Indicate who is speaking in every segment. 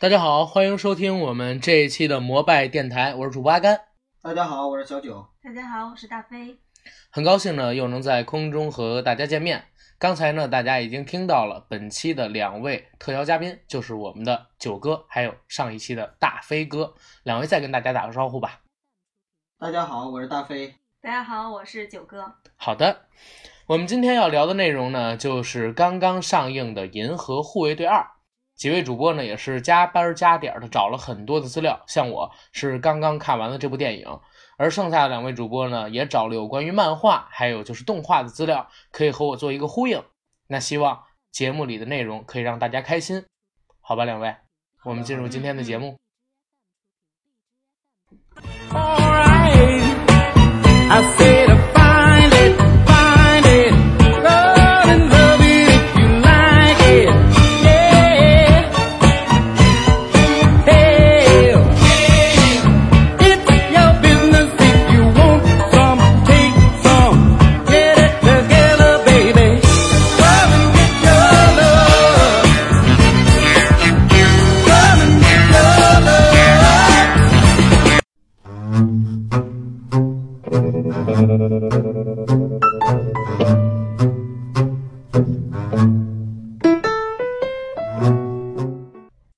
Speaker 1: 大家好，欢迎收听我们这一期的摩拜电台，我是主播阿甘。
Speaker 2: 大家好，我是小九。
Speaker 3: 大家好，我是大飞。
Speaker 1: 很高兴呢，又能在空中和大家见面。刚才呢，大家已经听到了本期的两位特邀嘉宾，就是我们的九哥，还有上一期的大飞哥。两位再跟大家打个招呼吧。
Speaker 2: 大家好，我是大飞。
Speaker 3: 大家好，我是九哥。
Speaker 1: 好的，我们今天要聊的内容呢，就是刚刚上映的《银河护卫队二》。几位主播呢，也是加班加点的找了很多的资料，像我是刚刚看完了这部电影，而剩下的两位主播呢，也找了有关于漫画还有就是动画的资料，可以和我做一个呼应。那希望节目里的内容可以让大家开心，好吧，两位，我们进入今天的节目。
Speaker 4: Alright, I said I find it, find it, love and love it if you like it, yeah. Hey, it's your business if you want some, take some, get it together, baby. Come and get your love, come and get your love.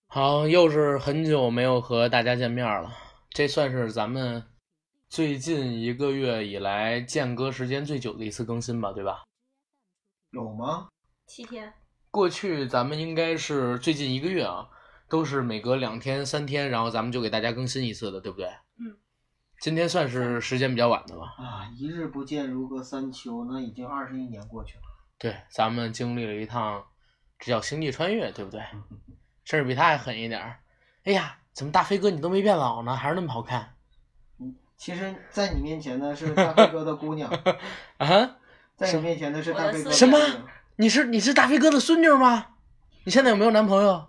Speaker 1: 好，又是很久没有和大家见面了，这算是咱们最近一个月以来间隔时间最久的一次更新吧，对吧？
Speaker 2: 有吗？
Speaker 3: 七天，
Speaker 1: 过去咱们应该是最近一个月啊，都是每隔两天、三天，然后咱们就给大家更新一次的，对不对？
Speaker 3: 嗯。
Speaker 1: 今天算是时间比较晚的吧？
Speaker 2: 啊，一日不见如隔三秋，那已经二十一年过去了。
Speaker 1: 对，咱们经历了一趟，这叫星际穿越，对不对？甚至比他还狠一点儿。哎呀，怎么大飞哥你都没变老呢，还是那么好看
Speaker 2: 其实，在你面前呢是大飞哥的 姑娘，
Speaker 1: 啊？
Speaker 2: 在你面前呢是大飞哥的
Speaker 1: 什么
Speaker 2: 姑娘
Speaker 1: 你是你是大飞哥的孙女吗？你现在有没有男朋友？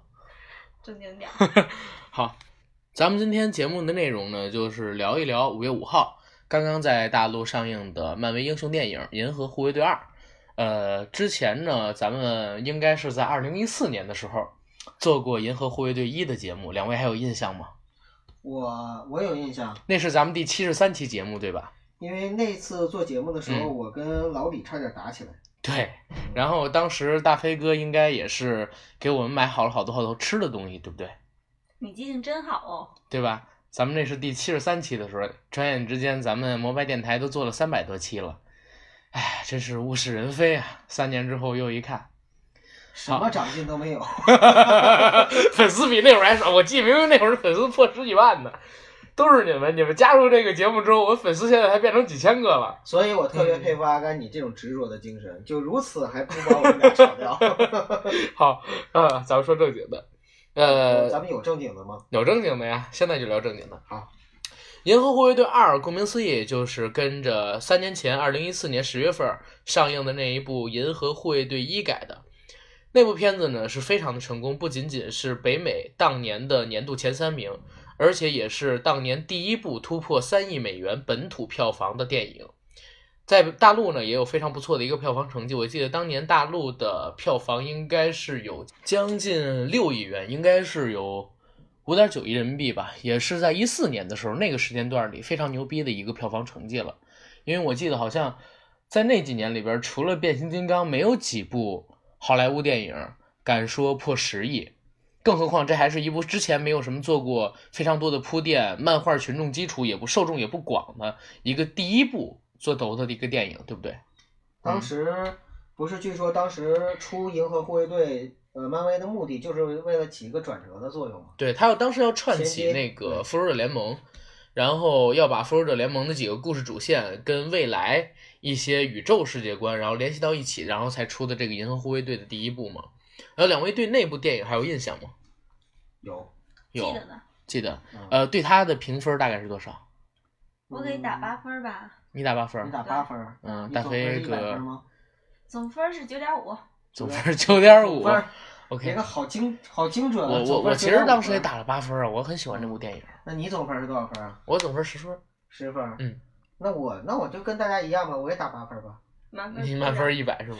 Speaker 3: 正经点儿。
Speaker 1: 好，咱们今天节目的内容呢，就是聊一聊五月五号刚刚在大陆上映的漫威英雄电影《银河护卫队二》。呃，之前呢，咱们应该是在二零一四年的时候做过《银河护卫队一》的节目，两位还有印象吗？
Speaker 2: 我我有印象，
Speaker 1: 那是咱们第七十三期节目，对吧？
Speaker 2: 因为那次做节目的时候，
Speaker 1: 嗯
Speaker 2: 我跟老李差点打起来。
Speaker 1: 对，然后当时大飞哥应该也是给我们买好了好多好多吃的东西，对不对？
Speaker 3: 你记性真好哦。
Speaker 1: 对吧？咱们这是第七十三期的时候，转眼之间咱们摩拜电台都做了三百多期了，哎，真是物是人非啊！三年之后又一看，
Speaker 2: 什么长进都没有，
Speaker 1: 粉丝比那会儿还少。我记得明明那会儿粉丝破十几万呢，都是你们，你们加入这个节目之后，我粉丝现在还变成几千个了。
Speaker 2: 所以我特别佩服阿甘你这种执着的精神，就如此还不把我们俩吵掉。
Speaker 1: 好，呃，咱们说正经的， 呃，
Speaker 2: 咱们有正经的吗？
Speaker 1: 有正经的呀，现在就聊正经的
Speaker 2: 好。
Speaker 1: 《银河护卫队二》顾名思义，就是跟着三年前，二零一四年十月份上映的那一部《银河护卫队一》改的。那部片子呢是非常的成功，不仅仅是北美当年的年度前三名，而且也是当年第一部突破三亿美元本土票房的电影。在大陆呢也有非常不错的一个票房成绩，我记得当年大陆的票房应该是有将近六亿元，应该是有五点九亿人民币吧，也是在一四年的时候那个时间段里非常牛逼的一个票房成绩了。因为我记得好像在那几年里边，除了变形金刚，没有几部好莱坞电影敢说破十亿。更何况这还是一部之前没有什么做过非常多的铺垫，漫画群众基础也不受众也不广的一个第一部做头的一个电影，对不对？
Speaker 2: 当时不是，据说当时出《银河护卫队》呃，漫威的目的就是为了起一个转折的作用嘛。
Speaker 1: 对他要当时要串起
Speaker 2: 衔接
Speaker 1: 那个
Speaker 2: 对
Speaker 1: 复仇者联盟，然后要把复仇者联盟的几个故事主线跟未来一些宇宙世界观，然后联系到一起，然后才出的这个银河护卫队的第一部嘛。然后两位对那部电影还有印象吗？
Speaker 2: 有，
Speaker 1: 有
Speaker 3: 记得呢，
Speaker 1: 记得，
Speaker 2: 嗯、
Speaker 1: 呃，对他的评分大概是多少？
Speaker 3: 我给打八分儿吧，
Speaker 1: 你打八分
Speaker 2: 你
Speaker 1: 儿，
Speaker 2: 打八分儿，
Speaker 1: 嗯，
Speaker 2: 你
Speaker 1: 大
Speaker 2: 总分
Speaker 1: 飞
Speaker 2: 是100
Speaker 1: 哥
Speaker 2: 分吗？
Speaker 3: 总分儿是九点五。
Speaker 1: 总分九点
Speaker 2: 总
Speaker 1: 五
Speaker 2: 分儿你这
Speaker 1: ，OK
Speaker 2: 个。好精好精准啊。
Speaker 1: 我我
Speaker 2: 总分
Speaker 1: 我
Speaker 2: 是
Speaker 1: 其实
Speaker 2: 9.5
Speaker 1: 当时也
Speaker 2: 分儿，
Speaker 1: 打了八分儿啊，我很喜欢这
Speaker 2: 嗯
Speaker 1: 部电影，
Speaker 2: 那你总分是多少分啊？
Speaker 1: 我总分十分儿，
Speaker 2: 十分儿。
Speaker 1: 嗯，
Speaker 2: 那我那我就跟大家一样吧，我也打八分儿吧。
Speaker 3: 满
Speaker 2: 嗯
Speaker 3: 分儿
Speaker 1: 你
Speaker 3: 9.5
Speaker 1: 满分一百是吗？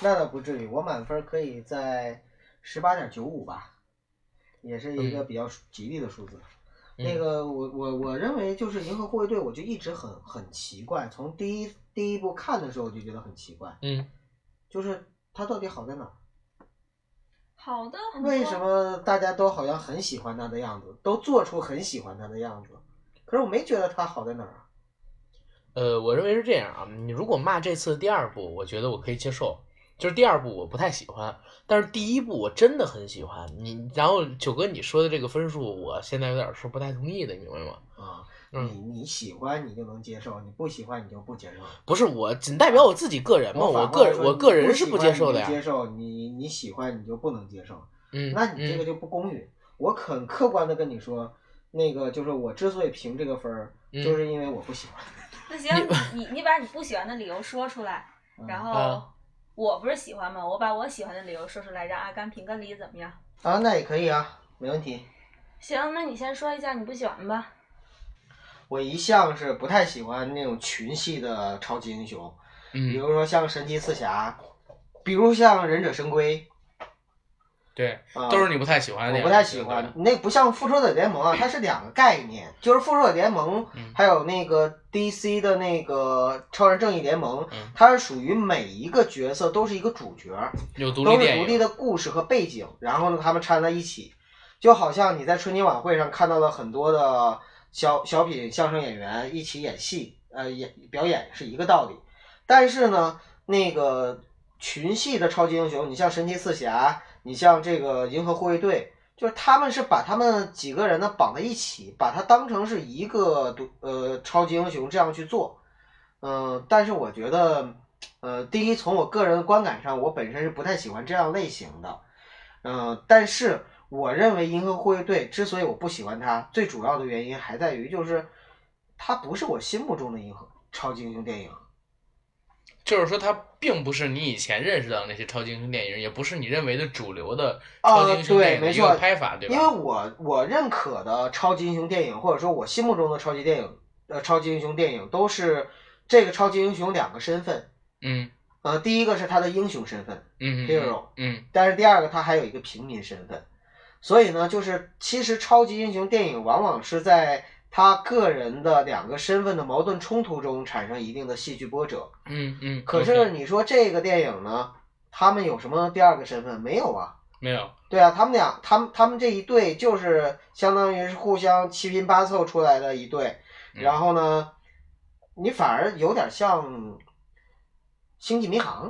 Speaker 2: 那倒不至于，我满分可以在十八点九五吧。也是
Speaker 1: 嗯
Speaker 2: 一个比较吉利的数字。那个我我我认为就是《银河护卫队》，我就一直很很奇怪，从第一第一部看的时候我就觉得很奇怪，
Speaker 1: 嗯，
Speaker 2: 就是它到底好在哪儿？
Speaker 3: 好的很多。
Speaker 2: 为什？么大家都好像很喜欢它的样子，都做出很喜欢它的样子？可是我没觉得它好在哪儿啊。
Speaker 1: 呃，我认为是这样啊，你如果骂这次第二部，我觉得我可以接受，就是第二部我不太喜欢，但是第一部我真的很喜欢。你然后九哥你说的这个分数，我现在有点是不太同意的，你明白吗？
Speaker 2: 啊，
Speaker 1: 嗯
Speaker 2: 你你喜欢你就能接受，你不喜欢你就不接受。
Speaker 1: 不是我，仅代表我自己个人嘛，
Speaker 2: 我
Speaker 1: 我
Speaker 2: 反过
Speaker 1: 个
Speaker 2: 来
Speaker 1: 人
Speaker 2: 说
Speaker 1: 我
Speaker 2: 你
Speaker 1: 个人
Speaker 2: 不
Speaker 1: 是
Speaker 2: 喜
Speaker 1: 不
Speaker 2: 欢
Speaker 1: 接
Speaker 2: 你
Speaker 1: 受
Speaker 2: 就
Speaker 1: 的呀
Speaker 2: 接。受你你喜欢你就不能接受，
Speaker 1: 嗯，
Speaker 2: 那你这
Speaker 1: 嗯
Speaker 2: 个就不公允。我很客观的跟你说，那个就是我之所以评这个分儿，
Speaker 1: 嗯
Speaker 2: 就是因为我不喜欢。
Speaker 3: 那行，你你把你不喜欢的理由说出来，
Speaker 2: 嗯
Speaker 3: 然
Speaker 1: 啊
Speaker 3: 后我不是喜欢吗？我把我喜欢的理由说出来，让阿甘评个理，怎么样？
Speaker 2: 啊，那也可以啊，没问题。
Speaker 3: 行，那你先说一下你不喜欢吧。
Speaker 2: 我一向是不太喜欢那种群系的超级英雄，
Speaker 1: 嗯，
Speaker 2: 比如说像神奇四侠，比如像忍者神龟，
Speaker 1: 对，
Speaker 2: 啊、
Speaker 1: 都是你不太喜欢的
Speaker 2: 我
Speaker 1: 呀。
Speaker 2: 不太喜欢，那不像复仇者联盟啊，它是两个概念，就是复仇者联盟
Speaker 1: 嗯
Speaker 2: 还有那个 DC 的那个超人正义联盟
Speaker 1: 嗯，
Speaker 2: 它是属于每一个角色都是一个主角，
Speaker 1: 有独立
Speaker 2: 都是
Speaker 1: 电
Speaker 2: 独
Speaker 1: 影，
Speaker 2: 立的故事和背景，然后呢，他们掺在一起，就好像你在春节晚会上看到了很多的小小品相声演员一起演戏，呃，演表演是一个道理。但是呢，那个群戏的超级英雄，你像神奇四侠，你像这个银河护卫队，就是他们是把他们几个人呢绑在一起，把它当成是一个独呃超级英雄这样去做。嗯、但是我觉得，呃，第一，从我个人的观感上，我本身是不太喜欢这样类型的。嗯、但是我认为《银河护卫队》之所以我不喜欢它，最主要的原因还在于就是，它不是我心目中的银河超级英雄电影。
Speaker 1: 就是说它并不是你以前认识到的那些超级英雄电影，也不是你认为的主流的超级英雄电影的一个
Speaker 2: 哦啊对没错
Speaker 1: 拍法，对
Speaker 2: 因为
Speaker 1: 吧？
Speaker 2: 我我认可的超级英雄电影，或者说我心目中的超级电影，呃，超级英雄电影都是这个超级英雄两个身份。
Speaker 1: 嗯
Speaker 2: 呃，第一个是他的英雄身份，
Speaker 1: 嗯嗯
Speaker 2: hero
Speaker 1: 嗯
Speaker 2: 但是第二个他还有一个平民身份，所以呢，就是其实超级英雄电影往往是在他个人的两个身份的矛盾冲突中产生一定的戏剧波折。
Speaker 1: 嗯嗯。
Speaker 2: 可
Speaker 1: OK，
Speaker 2: 是你说这个电影呢，他们有什么第二个身份？没有啊。
Speaker 1: 没有，
Speaker 2: 对啊，他们俩，他们他们这一对就是相当于是互相七拼八凑出来的一对，
Speaker 1: 嗯
Speaker 2: 然后呢，你反而有点像《星际迷航》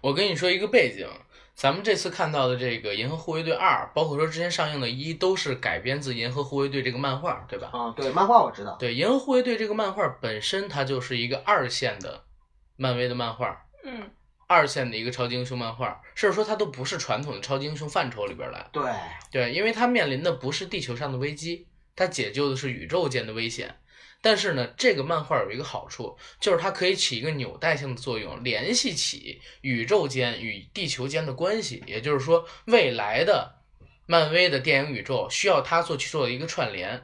Speaker 1: 我跟你说一个背景，咱们这次看到的这个《银河护卫队二》，包括说之前上映的一，都是改编自《银河护卫队》这个漫画，对吧？
Speaker 2: 啊，对，漫画我知道，
Speaker 1: 对，《银河护卫队》这个漫画本身它就是一个二线的漫威的漫画，
Speaker 3: 嗯，
Speaker 1: 二线的一个超级英雄漫画，甚至说它都不是传统的超级英雄范畴里边来。
Speaker 2: 对，
Speaker 1: 对，因为它面临的不是地球上的危机，它解救的是宇宙间的危险。但是呢，这个漫画有一个好处，就是它可以起一个纽带性的作用，联系起宇宙间与地球间的关系。也就是说，未来的漫威的电影宇宙需要它做去做一个串联。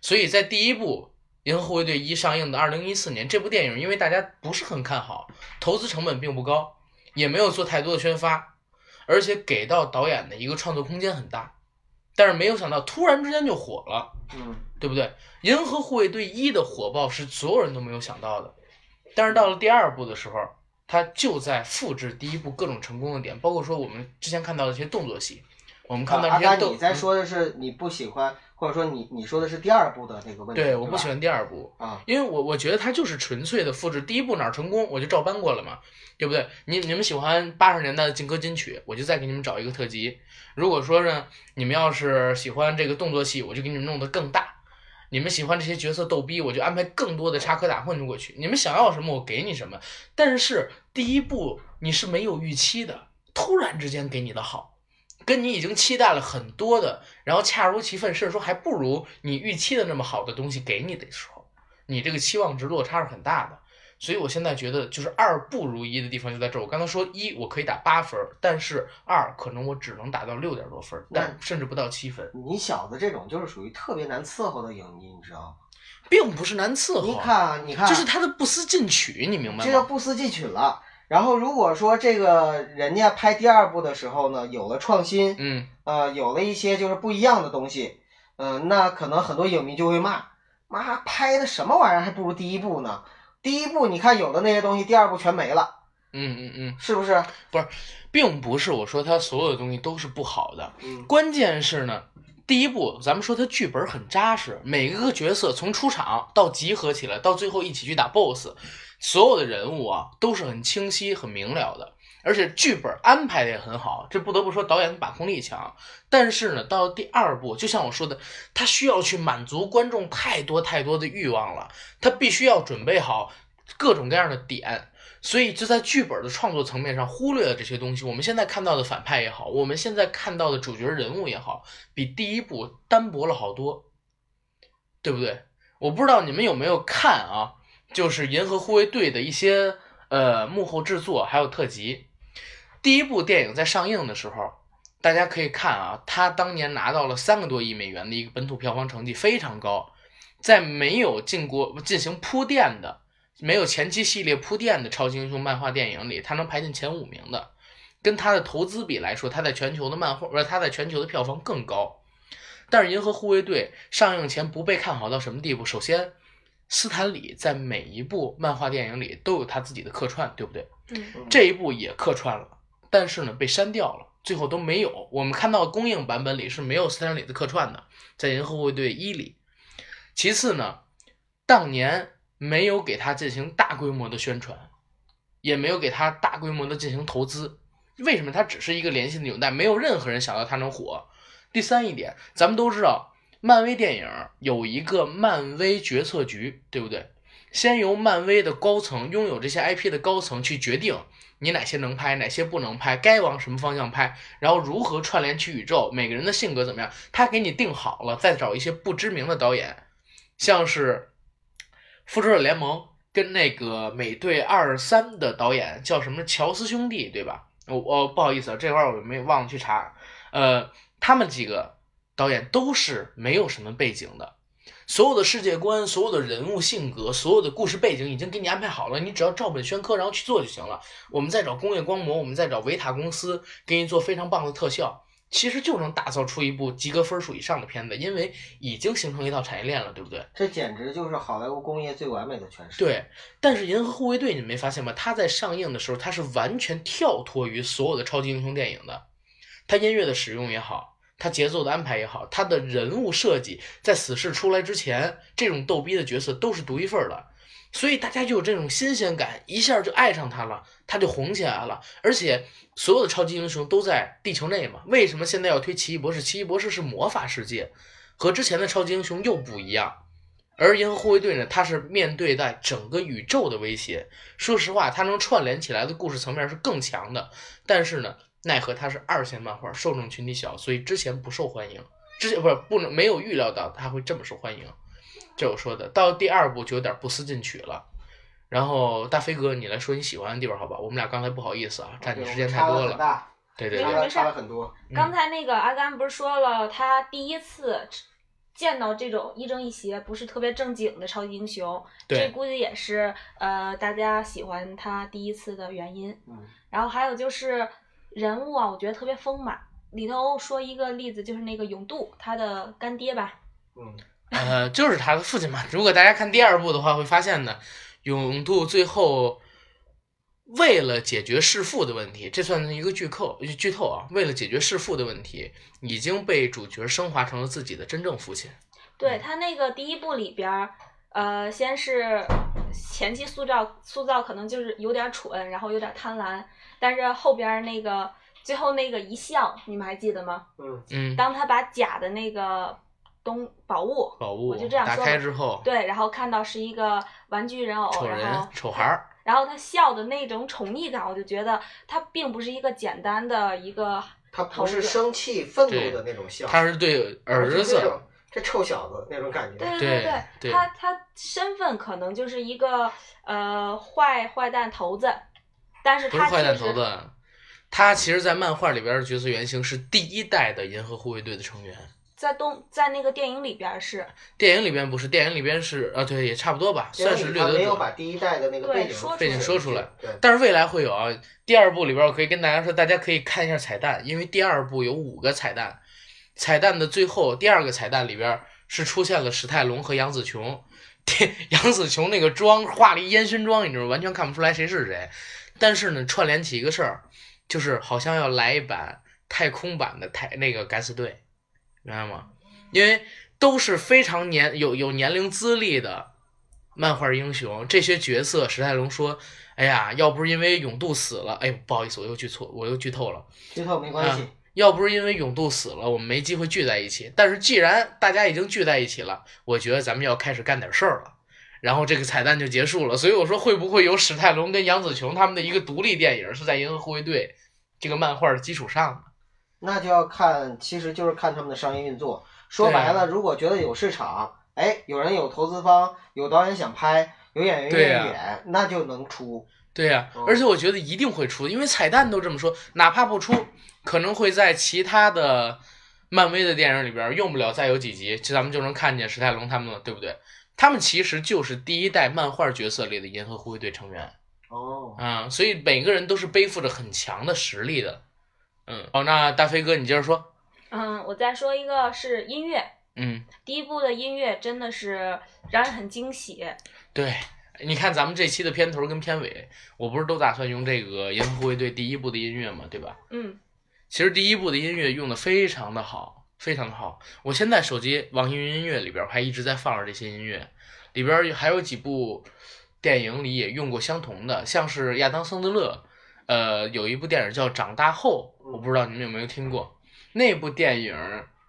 Speaker 1: 所以在第一部《银河护卫队一》上映的二零一四年，这部电影因为大家不是很看好，投资成本并不高，也没有做太多的宣发，而且给到导演的一个创作空间很大。但是没有想到，突然之间就火了，
Speaker 2: 嗯，
Speaker 1: 对不对？《银河护卫队一》的火爆是所有人都没有想到的，但是到了第二部的时候，它就在复制第一部各种成功的点，包括说我们之前看到的这些动作戏，我们看到
Speaker 2: 啊阿
Speaker 1: 这些嗯
Speaker 2: 甘，
Speaker 1: 动。
Speaker 2: 你在说的是你不喜欢，或者说你你说的是第二部的那个问题，
Speaker 1: 对，
Speaker 2: 对，
Speaker 1: 我不喜欢第二部。
Speaker 2: 啊，
Speaker 1: 因为我我觉得它就是纯粹的复制，第一部哪儿成功我就照搬过了嘛，对不对？你你们喜欢八十年代的劲歌金曲，我就再给你们找一个特辑。如果说呢，你们要是喜欢这个动作戏，我就给你们弄得更大。你们喜欢这些角色逗逼，我就安排更多的插科打诨过去。你们想要什么，我给你什么。但是第一部你是没有预期的，突然之间给你的好，跟你已经期待了很多的，然后恰如其分，甚至说还不如你预期的那么好的东西给你的时候，你这个期望值落差是很大的。所以我现在觉得，就是二不如一的地方就在这儿。我刚才说一我可以打八分儿，但是二可能我只能打到六点多分儿，
Speaker 2: 嗯
Speaker 1: 但甚至不到七分，
Speaker 2: 你小子这种就是属于特别难伺候的影迷，你知道吗？
Speaker 1: 并不是难伺候。
Speaker 2: 你看啊，你看啊，
Speaker 1: 就是他的不思进取，你明白
Speaker 2: 这叫
Speaker 1: 吗？
Speaker 2: 不思进取了。然后如果说这个人家拍第二部的时候呢，有了创新，
Speaker 1: 嗯，
Speaker 2: 呃，有了一些就是不一样的东西，嗯、那可能很多影迷就会骂，妈拍的什么玩意儿，还不如第一部呢。第一部你看有的那些东西，第二部全没了，
Speaker 1: 嗯嗯嗯，
Speaker 2: 是不是？
Speaker 1: 并不是我说它所有的东西都是不好的，
Speaker 2: 嗯
Speaker 1: 关键是呢，第一步咱们说它剧本很扎实，每个角色从出场到集合起来，到最后一起去打 BOSS，所有的人物啊都是很清晰、很明了的，而且剧本安排的也很好，这不得不说导演的把控力强。但是呢，到第二部，就像我说的，他需要去满足观众太多太多的欲望了，他必须要准备好各种各样的点，所以就在剧本的创作层面上忽略了这些东西。我们现在看到的反派也好，我们现在看到的主角人物也好，比第一部单薄了好多，对不对？我不知道你们有没有看啊，就是《银河护卫队》的一些呃幕后制作还有特辑。第一部电影在上映的时候，大家可以看啊，它当年拿到了三个多亿美元的一个本土票房成绩，非常高。在没有进过进行铺垫的没有前期系列铺垫的超级英雄漫画电影里，它能排进前五名的。跟它的投资比来说，它在全球的漫画，不是它在全球的票房更高。但是《银河护卫队》上映前不被看好到什么地步？首先，斯坦李在每一部漫画电影里都有他自己的客串，对不对？
Speaker 3: 嗯
Speaker 1: 这一部也客串了，但是呢被删掉了，最后都没有。我们看到公映版本里是没有斯坦李的客串的，在《银河护卫队一》里。其次呢，当年没有给他进行大规模的宣传，也没有给他大规模的进行投资。为什么它只是一个联系的纽带，没有任何人想到它能火？第三一点，咱们都知道，漫威电影有一个漫威决策局，对不对？先由漫威的高层拥有这些 IP 的高层去决定你哪些能拍，哪些不能拍，该往什么方向拍，然后如何串联起宇宙，每个人的性格怎么样，他给你定好了，再找一些不知名的导演，像是《复仇者联盟》跟那个《美队二三》的导演叫什么乔斯兄弟，对吧？我、我不好意思啊，这块儿我没忘了去查，呃，他们几个导演都是没有什么背景的，所有的世界观、所有的人物性格、所有的故事背景已经给你安排好了，你只要照本宣科，然后去做就行了。我们再找工业光魔，我们再找维塔公司给你做非常棒的特效，其实就能打造出一部及格分数以上的片子，因为已经形成一套产业链了，对不对？
Speaker 2: 这简直就是好莱坞工业最完美的诠释。，
Speaker 1: 对，但是《银河护卫队》，你没发现吗？它在上映的时候，它是完全跳脱于所有的超级英雄电影的。它音乐的使用也好，它节奏的安排也好，它的人物设计，在死侍出来之前，这种逗逼的角色都是独一份儿的，所以大家就有这种新鲜感，一下就爱上它了，它就红起来了。而且所有的超级英雄都在地球内嘛，为什么现在要推奇异博士？奇异博士是魔法世界，和之前的超级英雄又不一样。而银河护卫队呢，它是面对在整个宇宙的威胁。说实话，它能串联起来的故事层面是更强的，但是呢，奈何它是二线漫画，受众群体小，所以之前不受欢迎。之前不是不能没有预料到它会这么受欢迎，这我说的。到第二部就有点不思进取了。然后大飞哥，你来说你喜欢的地方好吧？我们俩刚才不好意思啊，占你时间太多了。
Speaker 2: 大，
Speaker 1: 对对
Speaker 3: 没
Speaker 1: 对
Speaker 3: 事
Speaker 2: 差，了差了很多。
Speaker 1: 嗯
Speaker 3: 刚才那个阿甘不是说了，他第一次见到这种一正一邪不是特别正经的超级英雄，
Speaker 1: 对
Speaker 3: 这估计也是呃大家喜欢他第一次的原因。
Speaker 2: 嗯
Speaker 3: 然后还有就是人物啊，我觉得特别丰满。里头说一个例子，就是那个永渡他的干爹吧，
Speaker 2: 嗯，
Speaker 1: 呃，就是他的父亲嘛。如果大家看第二部的话，会发现呢，永渡最后为了解决弑父的问题，这算是一个剧透剧透啊。为了解决弑父的问题，已经被主角升华成了自己的真正父亲。
Speaker 3: 对他那个第一部里边儿，呃，先是前期塑造塑造可能就是有点蠢，然后有点贪婪，但是后边儿那个最后那个遗像，你们还记得吗？
Speaker 2: 嗯，
Speaker 1: 嗯，
Speaker 3: 当他把假的那个东宝物，
Speaker 1: 宝物
Speaker 3: 我就这样
Speaker 1: 打
Speaker 3: 说
Speaker 1: 开
Speaker 3: 吧
Speaker 1: 之后，
Speaker 3: 对，然后看到是一个玩具人偶，
Speaker 1: 丑
Speaker 3: 然
Speaker 1: 人
Speaker 3: 后
Speaker 1: 丑孩儿，
Speaker 3: 然后他笑的那种宠溺感，我就觉得他并不是一个简单的一个，
Speaker 2: 他不是生气、愤怒的那种笑，
Speaker 1: 他是对儿
Speaker 2: 而是这
Speaker 1: 子
Speaker 2: 种，这臭小子那种感觉。
Speaker 3: 对
Speaker 1: 对
Speaker 3: 对，
Speaker 1: 对
Speaker 3: 他他身份可能就是一个呃坏坏蛋头子，但是
Speaker 1: 不是
Speaker 3: 他
Speaker 1: 坏
Speaker 3: 确
Speaker 1: 蛋头
Speaker 3: 实
Speaker 1: 子。他其实，在漫画里边的角色原型是第一代的银河护卫队的成员，
Speaker 3: 在东在那个电影里边儿是
Speaker 1: 电影里边不是，电影里边是啊，对，也差不多吧，
Speaker 2: 电
Speaker 1: 算
Speaker 2: 影
Speaker 1: 是
Speaker 2: 里
Speaker 1: 略
Speaker 2: 他
Speaker 1: 得
Speaker 2: 没有
Speaker 1: 得。
Speaker 2: 把第一代的那个
Speaker 3: 对
Speaker 2: 背景
Speaker 3: 说出来
Speaker 1: 背景说出来，
Speaker 2: 对，
Speaker 1: 但是未来会有啊，第二部里边我可以跟大家说，大家可以看一下彩蛋，因为第二部有五个彩蛋，彩蛋的最后第二个彩蛋里边是出现了史泰龙和杨紫琼， 杨紫琼那个妆画了一烟熏妆，你知道吗完全看不出来谁是谁，但是呢串联起一个事儿，就是好像要来一版太空版的太那个敢死队，明白吗？因为都是非常年有有年龄资历的漫画英雄，这些角色史泰龙说：“哎呀，要不是因为永渡死了，哎，不好意思，我又剧错，我又剧透了。
Speaker 2: 剧透没关系。
Speaker 1: 要不是因为永渡死了，我们没机会聚在一起。但是既然大家已经聚在一起了，我觉得咱们要开始干点事儿了。”然后这个彩蛋就结束了，所以我说会不会有史泰龙跟杨紫琼他们的一个独立电影是在《银河护卫队》这个漫画的基础上的？
Speaker 2: 那就要看，其实就是看他们的商业运作。说白了，如果觉得有市场，哎，有人有投资方，有导演想拍，有演员
Speaker 1: 对
Speaker 2: 愿
Speaker 1: 呀
Speaker 2: 意演，那就能出。
Speaker 1: 对呀、
Speaker 2: 嗯
Speaker 1: 而且我觉得一定会出，因为彩蛋都这么说，哪怕不出，可能会在其他的漫威的电影里边用不了再有几集，就咱们就能看见史泰龙他们了，对不对？他们其实就是第一代漫画角色里的银河护卫队成员
Speaker 2: 哦，
Speaker 1: 啊、所以每个人都是背负着很强的实力的。嗯，好，那大飞哥你接着说。
Speaker 3: 嗯，我再说一个是音乐，
Speaker 1: 嗯，
Speaker 3: 第一部的音乐真的是让人很惊喜。
Speaker 1: 对，你看咱们这期的片头跟片尾，我不是都打算用这个银河护卫队第一部的音乐嘛，对吧？
Speaker 3: 嗯，
Speaker 1: 其实第一部的音乐用的非常的好，非常的好。我现在手机网易云音乐里边还一直在放着这些音乐，里边还有几部电影里也用过相同的，像是亚当·桑德勒，呃，有一部电影叫《长大后》，我不知道你们有没有听过。那部电影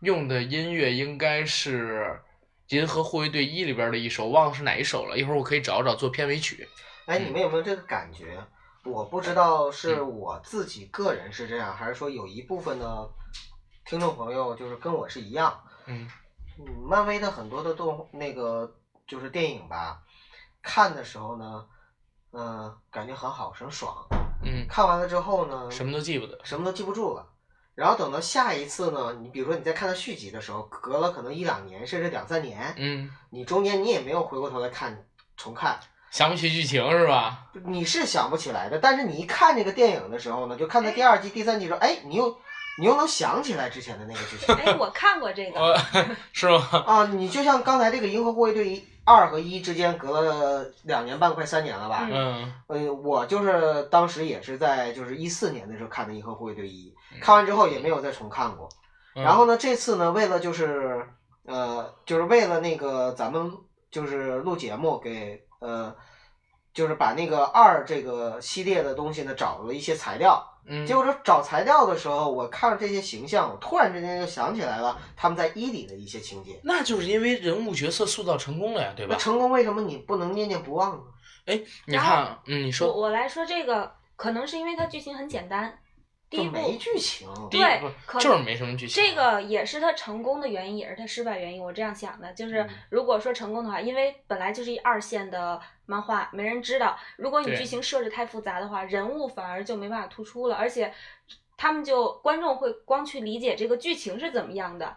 Speaker 1: 用的音乐应该是《银河护卫队一》里边的一首，忘了是哪一首了。一会儿我可以找找做片尾曲。
Speaker 2: 哎，
Speaker 1: 嗯
Speaker 2: 你们有没有这个感觉？我不知道是我自己个人是这样，还是说有一部分的听众朋友就是跟我是一样。
Speaker 1: 嗯，
Speaker 2: 嗯，漫威的很多的动那个就是电影吧，看的时候呢，嗯、感觉很好，很爽。
Speaker 1: 嗯，
Speaker 2: 看完了之后呢，
Speaker 1: 什么都记不得。
Speaker 2: 什么都记不住了。然后等到下一次呢，你比如说你在看到续集的时候，隔了可能一两年，甚至两三年，
Speaker 1: 嗯，
Speaker 2: 你中间你也没有回过头来看重看，
Speaker 1: 想不起剧情是吧？
Speaker 2: 你是想不起来的。但是你一看这个电影的时候呢，就看到第二季、第三季的时候，哎，你又你又能想起来之前的那个剧情
Speaker 3: 哎，我看过这个，
Speaker 1: 我是吗？
Speaker 2: 啊。你就像刚才这个《银河护卫队》一二和一之间隔了两年半，快三年了吧？
Speaker 1: 嗯
Speaker 2: 呃，我就是当时也是在就是一四年的时候看的《银河护卫队一》，看完之后也没有再重看过。
Speaker 1: 嗯
Speaker 2: 然后呢，这次呢，为了就是呃，就是为了那个咱们就是录节目给呃，就是把那个二这个系列的东西呢找了一些材料。
Speaker 1: 嗯，
Speaker 2: 结果这找材料的时候，我看这些形象，我突然之间就想起来了他们在一里的一些情节。
Speaker 1: 那就是因为人物角色塑造成功了呀，对
Speaker 2: 那
Speaker 1: 吧？
Speaker 2: 成功为什么你不能念念不忘呢？
Speaker 1: 你看，嗯，你
Speaker 3: 我
Speaker 1: 说
Speaker 3: 我来说这个，可能是因为它剧情很简单，第
Speaker 2: 就
Speaker 3: 一
Speaker 2: 没
Speaker 3: 部
Speaker 2: 剧情。
Speaker 1: 第一
Speaker 3: 对
Speaker 1: 部
Speaker 3: 可
Speaker 1: 就是没什么剧情，
Speaker 3: 这个也是他成功的原因，也是他失败原因。我这样想的，就是
Speaker 1: 嗯
Speaker 3: 如果说成功的话，因为本来就是一二线的漫画，没人知道。如果你
Speaker 1: 对
Speaker 3: 剧情设置太复杂的话，人物反而就没办法突出了，而且他们就观众会光去理解这个剧情是怎么样的，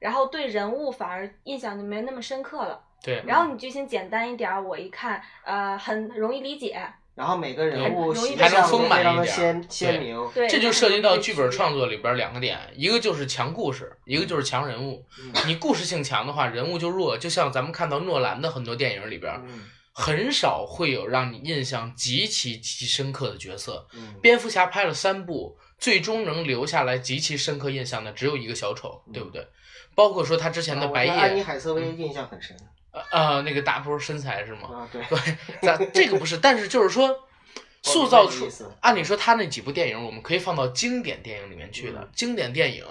Speaker 3: 然后对人物反而印象就没那么深刻了。
Speaker 1: 对，
Speaker 3: 然后你剧情简单一点儿，我一看，呃，很容易理解。
Speaker 2: 然后每个人物
Speaker 3: 还容易
Speaker 2: 形
Speaker 3: 被
Speaker 2: 象
Speaker 3: 还能丰
Speaker 2: 都
Speaker 1: 满
Speaker 2: 非常
Speaker 1: 一
Speaker 2: 的
Speaker 1: 点
Speaker 2: 鲜鲜
Speaker 1: 对
Speaker 2: 明。
Speaker 3: 对，
Speaker 1: 这
Speaker 3: 也
Speaker 1: 就
Speaker 3: 很
Speaker 1: 涉及
Speaker 3: 容易
Speaker 1: 到
Speaker 3: 被
Speaker 1: 剧本
Speaker 3: 区
Speaker 1: 创
Speaker 3: 别。
Speaker 1: 作里边两个点，一个就是强故事，一个就是强人物。
Speaker 2: 嗯
Speaker 1: 你故事性强的话，人物就弱，就像咱们看到诺兰的很多电影里边，
Speaker 2: 嗯
Speaker 1: 很少会有让你印象极其极其深刻的角色。
Speaker 2: 嗯
Speaker 1: 蝙蝠侠拍了三部，最终能留下来极其深刻印象的只有一个小丑，对不对？
Speaker 3: 嗯
Speaker 1: 包括说他之前的
Speaker 2: 啊我
Speaker 1: 白
Speaker 2: 对
Speaker 1: 夜，
Speaker 2: 安妮海瑟薇印象很深
Speaker 1: 呃，那个大波身材是吗？
Speaker 2: 啊，对，
Speaker 1: 对， 咱这个不是，但是就是
Speaker 2: 哦
Speaker 1: 说，塑造出
Speaker 2: 意思，
Speaker 1: 按理说他那几部电影，我们可以放到经典电影里面去的。
Speaker 2: 嗯
Speaker 1: 经典电影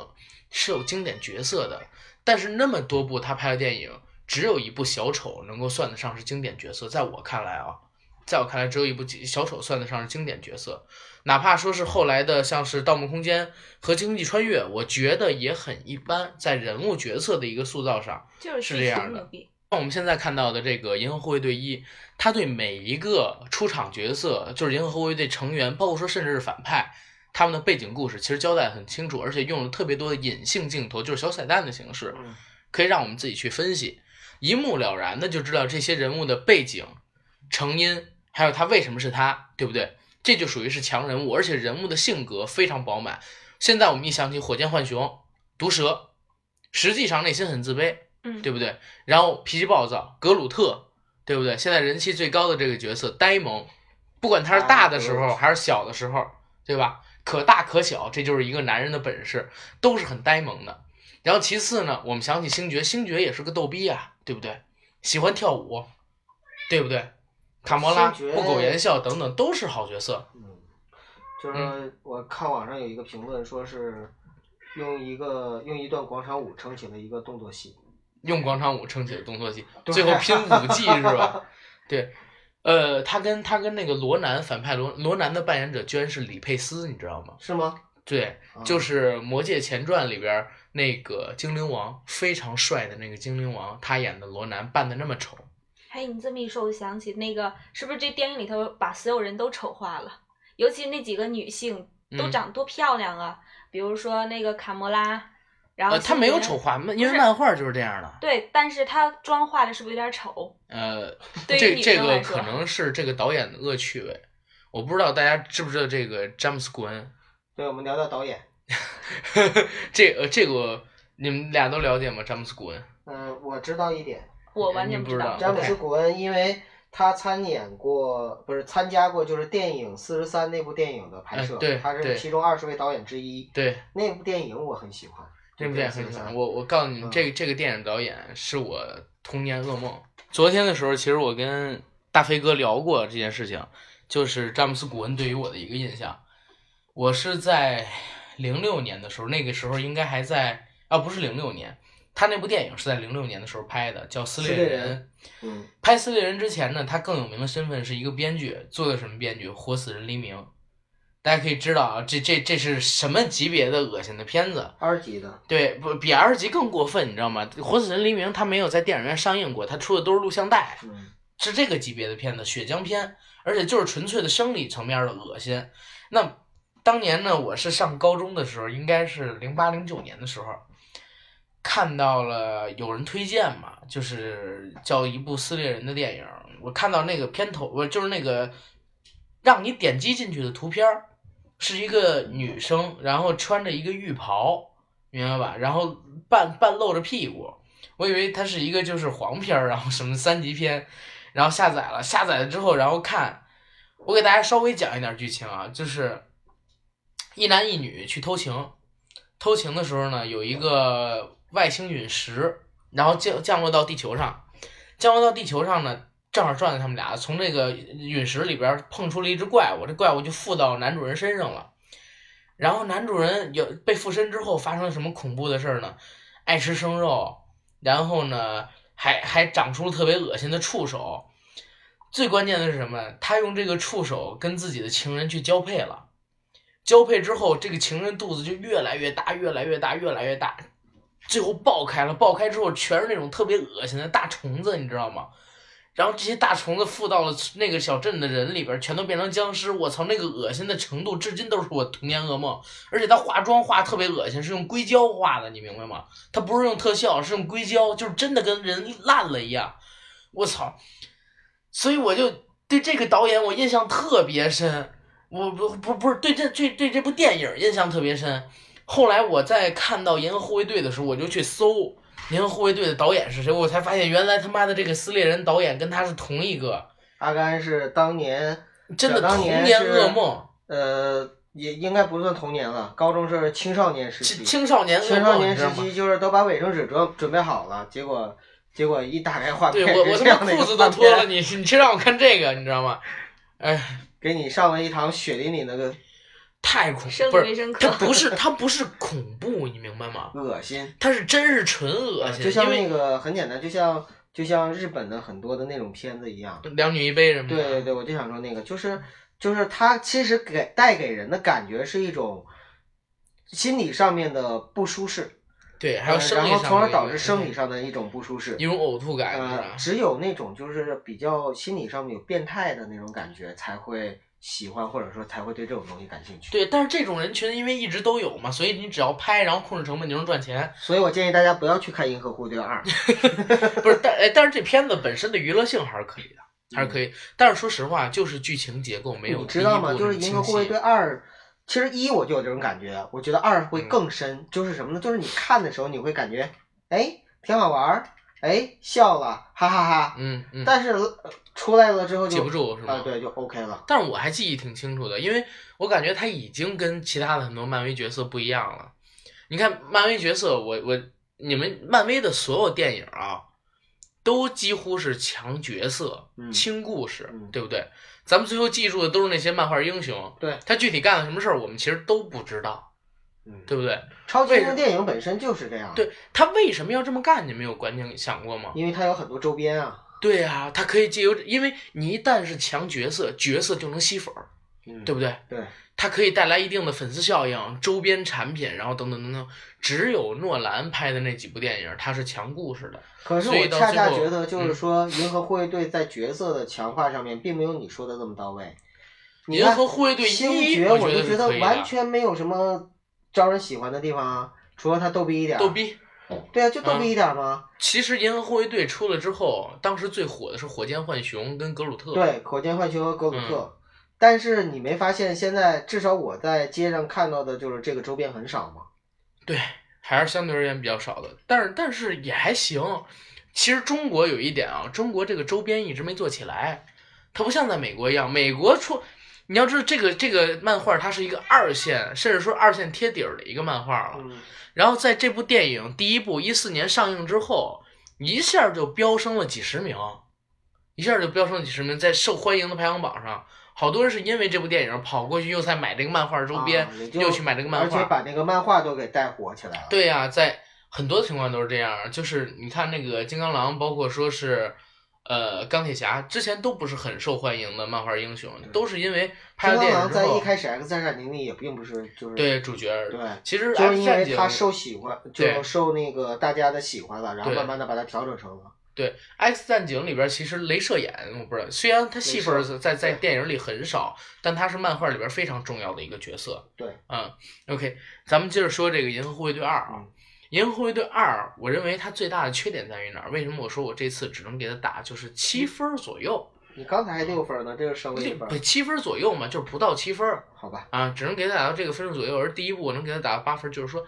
Speaker 1: 是有经典角色的，但是那么多部他拍的电影，只有一部小丑能够算得上是经典角色。在我看来啊，在我看来，只有一部小丑算得上是经典角色。哪怕说是后来的像是《盗梦空间》和《星际穿越》，我觉得也很一般，在人物角色的一个塑造上。
Speaker 3: 就是
Speaker 1: 是
Speaker 3: 剧
Speaker 1: 这
Speaker 3: 情
Speaker 1: 样的
Speaker 3: 牛逼
Speaker 1: 那我们现在看到的这个《银河护卫队一》，他对每一个出场角色，就是银河护卫队成员，包括说甚至是反派，他们的背景故事其实交代得很清楚，而且用了特别多的隐性镜头，就是小彩蛋的形式，
Speaker 2: 嗯
Speaker 1: 可以让我们自己去分析，一目了然的就知道这些人物的背景、成因，还有他为什么是他，对不对？这就属于是强人物，而且人物的性格非常饱满。现在我们一想起火箭浣熊、毒蛇，实际上内心很自卑，
Speaker 3: 嗯，
Speaker 1: 对不对？然后脾气暴躁，格鲁特，对不对？现在人气最高的这个角色呆萌，不管
Speaker 2: 啊
Speaker 1: 他是大的时候还是小的时候，对吧？可大可小，这就是一个男人的本事，都是很呆萌的。然后其次呢，我们想起星爵，星爵也是个逗逼啊，对不对？喜欢跳舞，对不对？卡魔拉
Speaker 2: 星爵
Speaker 1: 不苟言笑等等都是好角色。
Speaker 2: 嗯，就是
Speaker 1: 嗯
Speaker 2: 说我看网上有一个评论说是用一个用一段广场舞撑起了一个动作戏，
Speaker 1: 用广场舞撑起了动作戏，
Speaker 2: 对
Speaker 1: 最后拼武技是吧？ 对，呃，他跟他跟那个罗南反派罗罗南的扮演者居然是李佩斯，你知道吗？
Speaker 2: 是吗？
Speaker 1: 对，
Speaker 2: 啊
Speaker 1: 就是《魔界前传》里边儿那个精灵王非常帅的那个精灵王，他演的罗南扮的那么丑，
Speaker 3: 嘿，哎你这么一说，我想起那个，是不是这电影里头把所有人都丑化了？尤其那几个女性都
Speaker 1: 嗯
Speaker 3: 长得多漂亮啊！比如说那个卡魔拉，然后
Speaker 1: 呃，他
Speaker 3: 星
Speaker 1: 没有
Speaker 3: 爵
Speaker 1: 丑，化，因为
Speaker 3: 是
Speaker 1: 漫画就是这样的。
Speaker 3: 对，但是她妆化的是不是有点丑？
Speaker 1: 呃，
Speaker 3: 对
Speaker 1: 这
Speaker 3: 于女
Speaker 1: 这
Speaker 3: 生
Speaker 1: 个
Speaker 3: 来说
Speaker 1: 可能是这个导演的恶趣味，我不知道大家知不知道这个詹姆斯·古恩，
Speaker 2: 对，我们聊聊导演。
Speaker 1: 这呃这个你们俩都了解吗？詹姆斯·古恩，
Speaker 2: 嗯，我知道一点，
Speaker 3: 我
Speaker 1: 嗯
Speaker 3: 完
Speaker 1: 你
Speaker 3: 全
Speaker 1: 不知
Speaker 3: 道
Speaker 1: 道。
Speaker 2: 詹姆
Speaker 1: OK
Speaker 2: 斯·古恩，因为他参演过，不是参加过，就是电影《四十三》那部电影的拍摄，
Speaker 1: 哎对
Speaker 2: 他
Speaker 1: 对
Speaker 2: 是其中二十位导演之一。
Speaker 1: 对，
Speaker 2: 那部电影我很喜欢，
Speaker 1: 这部电影很喜欢。
Speaker 2: 欢。
Speaker 1: 我我告诉你们，
Speaker 2: 嗯
Speaker 1: 这个这个电影导演是我童年噩梦。昨天的时候，其实我跟大飞哥聊过这件事情，就是詹姆斯·古恩对于我的一个印象。我是在零六年的时候，那个时候应该还在啊，不是零六年，他那部电影是在零六年的时候拍的，叫《撕裂
Speaker 2: 撕裂
Speaker 1: 人》
Speaker 2: 人嗯，
Speaker 1: 拍《撕裂人》之前呢，他更有名的身份是一个编剧，做的什么编剧？《活死人黎明》。大家可以知道啊，这这这是什么级别的恶心的片子？
Speaker 2: 二级的，
Speaker 1: 对，不比二级更过分，你知道吗？《活死人黎明》它没有在电影院上映过，它出的都是录像带，
Speaker 2: 嗯，
Speaker 1: 是这个级别的片子，血浆片，而且就是纯粹的生理层面的恶心。那当年呢，我是上高中的时候，应该是零八零九年的时候，看到了有人推荐嘛，就是叫一部撕裂人的电影，我看到那个片头，我就是那个让你点击进去的图片儿，是一个女生，然后穿着一个浴袍，明白吧？然后半半露着屁股。我以为它是一个就是黄片儿，然后什么三级片，然后下载了，下载了之后，然后看，我给大家稍微讲一点剧情啊，就是一男一女去偷情，偷情的时候呢，有一个外星陨石，然后降降落到地球上，降落到地球上呢，正好撞见他们俩，从这个陨石里边碰出了一只怪物，这怪物就附到男主人身上了。然后男主人有被附身之后发生了什么恐怖的事儿呢？爱吃生肉，然后呢，还还长出了特别恶心的触手。最关键的是什么？他用这个触手跟自己的情人去交配了。交配之后，这个情人肚子就越来越大，越来越大，越来越大，最后爆开了。爆开之后，全是那种特别恶心的大虫子，你知道吗？然后这些大虫子附到了那个小镇的人里边，全都变成僵尸。我操，那个恶心的程度，至今都是我童年噩梦。而且他化妆化得特别恶心，是用硅胶化的，你明白吗？它不是用特效，是用硅胶，就是真的跟人烂了一样。我操！所以我就对这个导演我印象特别深，我不不不是对这对对这部电影印象特别深。后来我在看到《银河护卫队》的时候，我就去搜《银河护卫队》的导演是谁，我才发现原来他妈的这个撕裂人导演跟他是同一个，
Speaker 2: 阿甘是当年，
Speaker 1: 真的
Speaker 2: 想当
Speaker 1: 童
Speaker 2: 年
Speaker 1: 年
Speaker 2: 是
Speaker 1: 噩梦，
Speaker 2: 呃，也应该不算童年了，高中是青少年时
Speaker 1: 青
Speaker 2: 期。
Speaker 1: 青少年噩
Speaker 2: 青少
Speaker 1: 梦，你
Speaker 2: 年
Speaker 1: 知
Speaker 2: 时
Speaker 1: 道吗？
Speaker 2: 期就是都把卫生纸准准备好了，结果结果一打开画
Speaker 1: 对
Speaker 2: 面，
Speaker 1: 我我
Speaker 2: 是
Speaker 1: 他妈
Speaker 2: 这样的一
Speaker 1: 裤
Speaker 2: 个
Speaker 1: 子
Speaker 2: 画
Speaker 1: 都脱
Speaker 2: 面
Speaker 1: 了，你你却让我看这个，你知道吗？哎。
Speaker 2: 给你上了一堂血淋淋的
Speaker 1: 太恐
Speaker 3: 生
Speaker 1: 不
Speaker 3: 理卫生
Speaker 1: 是，
Speaker 3: 课
Speaker 1: 它不是它不是恐怖，你明白吗？
Speaker 2: 恶心，
Speaker 1: 它是真是纯恶心，
Speaker 2: 就像
Speaker 1: 因
Speaker 2: 那
Speaker 1: 为
Speaker 2: 个很简单，就像就像日本的很多的那种片子一样。
Speaker 1: 两女一杯什么的。
Speaker 2: 对对对，我就想说那个，就是就是它其实给带给人的感觉是一种心理上面的不舒适，
Speaker 1: 对还有
Speaker 2: 呃
Speaker 1: 生理
Speaker 2: 然
Speaker 1: 上的一
Speaker 2: 后
Speaker 1: 个，
Speaker 2: 从而导致生理上的一种不舒适
Speaker 1: 一。种呕吐感，是
Speaker 2: 呃
Speaker 1: 吧，
Speaker 2: 只有那种就是比较心理上面有变态的那种感觉，才会喜欢，或者说才会对这种东西感兴趣。
Speaker 1: 对，但是这种人群因为一直都有嘛，所以你只要拍，然后控制成本就能赚钱。
Speaker 2: 所以我建议大家不要去看《银河护卫队二》，
Speaker 1: 不是，但哎，但是这片子本身的娱乐性还是可以的，还是可以。但是说实话，就是剧情结构没有
Speaker 2: 嗯你知道吗？
Speaker 1: 第一部
Speaker 2: 就是
Speaker 1: 那
Speaker 2: 《
Speaker 1: 么
Speaker 2: 银河护
Speaker 1: 清
Speaker 2: 卫
Speaker 1: 晰
Speaker 2: 队二》，其实一我就有这种感觉，我觉得二
Speaker 1: 嗯
Speaker 2: 会更深。就是什么呢？就是你看的时候你会感觉，哎，挺好玩儿，哎，笑了，哈哈哈。
Speaker 1: 嗯嗯，
Speaker 2: 但是、呃出来了之后就
Speaker 1: 记不住是吗？
Speaker 2: 啊、对，就 OK 了。
Speaker 1: 但是我还记忆挺清楚的，因为我感觉他已经跟其他的很多漫威角色不一样了。你看漫威角色，我我你们漫威的所有电影啊，都几乎是强角色、
Speaker 2: 嗯
Speaker 1: 轻故事，
Speaker 2: 嗯
Speaker 1: 对不对？咱们最后记住的都是那些漫画英雄，
Speaker 2: 对
Speaker 1: 他具体干了什么事儿，我们其实都不知道，
Speaker 2: 嗯，
Speaker 1: 对不对？
Speaker 2: 超级
Speaker 1: 为
Speaker 2: 英
Speaker 1: 什
Speaker 2: 雄
Speaker 1: 么
Speaker 2: 电影本身就是这样，，
Speaker 1: 对他为什么要这么干？你们有观点想过吗？
Speaker 2: 因为它有很多周边啊。
Speaker 1: 对呀、他可以借由，因为你一旦是强角色，角色就能吸粉儿，
Speaker 2: 嗯，
Speaker 1: 对不对？
Speaker 2: 对，
Speaker 1: 它可以带来一定的粉丝效应、周边产品，然后等等等等。只有诺兰拍的那几部电影，它是强故事的。
Speaker 2: 可是
Speaker 1: 所
Speaker 2: 我
Speaker 1: 以到
Speaker 2: 恰
Speaker 1: 最
Speaker 2: 恰
Speaker 1: 后
Speaker 2: 觉得，就是
Speaker 1: 嗯
Speaker 2: 说，银河护卫队在角色的强化上面，并没有你说的这么到位。你
Speaker 1: 银
Speaker 2: 看
Speaker 1: 河护卫队
Speaker 2: 星
Speaker 1: 一，
Speaker 2: 爵，
Speaker 1: 我
Speaker 2: 我就
Speaker 1: 得
Speaker 2: 觉
Speaker 1: 是
Speaker 2: 得
Speaker 1: 可以啊
Speaker 2: 完
Speaker 1: 的，
Speaker 2: 全没有什么招人喜欢的地方啊，除了他逗逼一点。
Speaker 1: 逗。逼。嗯
Speaker 2: 对啊，就逗逼一点嘛。
Speaker 1: 其实银河护卫队出了之后，当时最火的是火箭浣熊跟格鲁特。，
Speaker 2: 对，火箭浣熊和格鲁
Speaker 1: 嗯
Speaker 2: 特。但是你没发现现在，至少我在街上看到的就是这个周边很少吗？
Speaker 1: 对，还是相对而言比较少的，但是但是也还行。其实中国有一点啊，中国这个周边一直没做起来，它不像在美国一样，美国出。你要知道，这个这个漫画它是一个二线，甚至说二线贴底儿的一个漫画了。
Speaker 2: 嗯，
Speaker 1: 然后在这部电影第一部一四年上映之后，一下就飙升了几十名，一下就飙升了几十名，在受欢迎的排行榜上，好多人是因为这部电影跑过去又在买这个漫画周边，
Speaker 2: 啊也就
Speaker 1: 又去买这个漫
Speaker 2: 而且
Speaker 1: 画。
Speaker 2: 把那个漫画都给带火起来了。，
Speaker 1: 对呀、在很多情况都是这样，就是你看那个金刚狼，包括说是。呃，钢铁侠之前都不是很受欢迎的漫画英雄，都是因为拍
Speaker 2: 金
Speaker 1: 了
Speaker 2: 刚
Speaker 1: 电
Speaker 2: 狼
Speaker 1: 影之
Speaker 2: 在一
Speaker 1: 后，
Speaker 2: 开始 X 战警里也并不是就是
Speaker 1: 对主角，
Speaker 2: 对
Speaker 1: 其实
Speaker 2: 就是因
Speaker 1: X 战
Speaker 2: 为
Speaker 1: 警
Speaker 2: 他受喜欢，就
Speaker 1: 对
Speaker 2: 受那个大家的喜欢了，然后
Speaker 1: 对
Speaker 2: 慢慢的把它调整成了。
Speaker 1: 对《X 战警》里边其实镭射眼，我不知道，虽然他戏份儿在在在
Speaker 2: 对
Speaker 1: 电影里很少，但他是漫画里边非常重要的一个角色。
Speaker 2: 对，
Speaker 1: 嗯，OK，咱们接着说这个《银河护卫队二》啊，
Speaker 2: 嗯
Speaker 1: 《银河护卫队二》，我认为它最大的缺点在于哪儿？为什么我说我这次只能给它打就是七分儿左右，
Speaker 2: 你刚才还六分呢，这就升了一
Speaker 1: 六
Speaker 2: 分
Speaker 1: 不，七分儿左右嘛，就是不到七分儿
Speaker 2: 好吧？
Speaker 1: 啊，只能给它打到这个分数左右。而第一部我能给它打到八分儿，就是说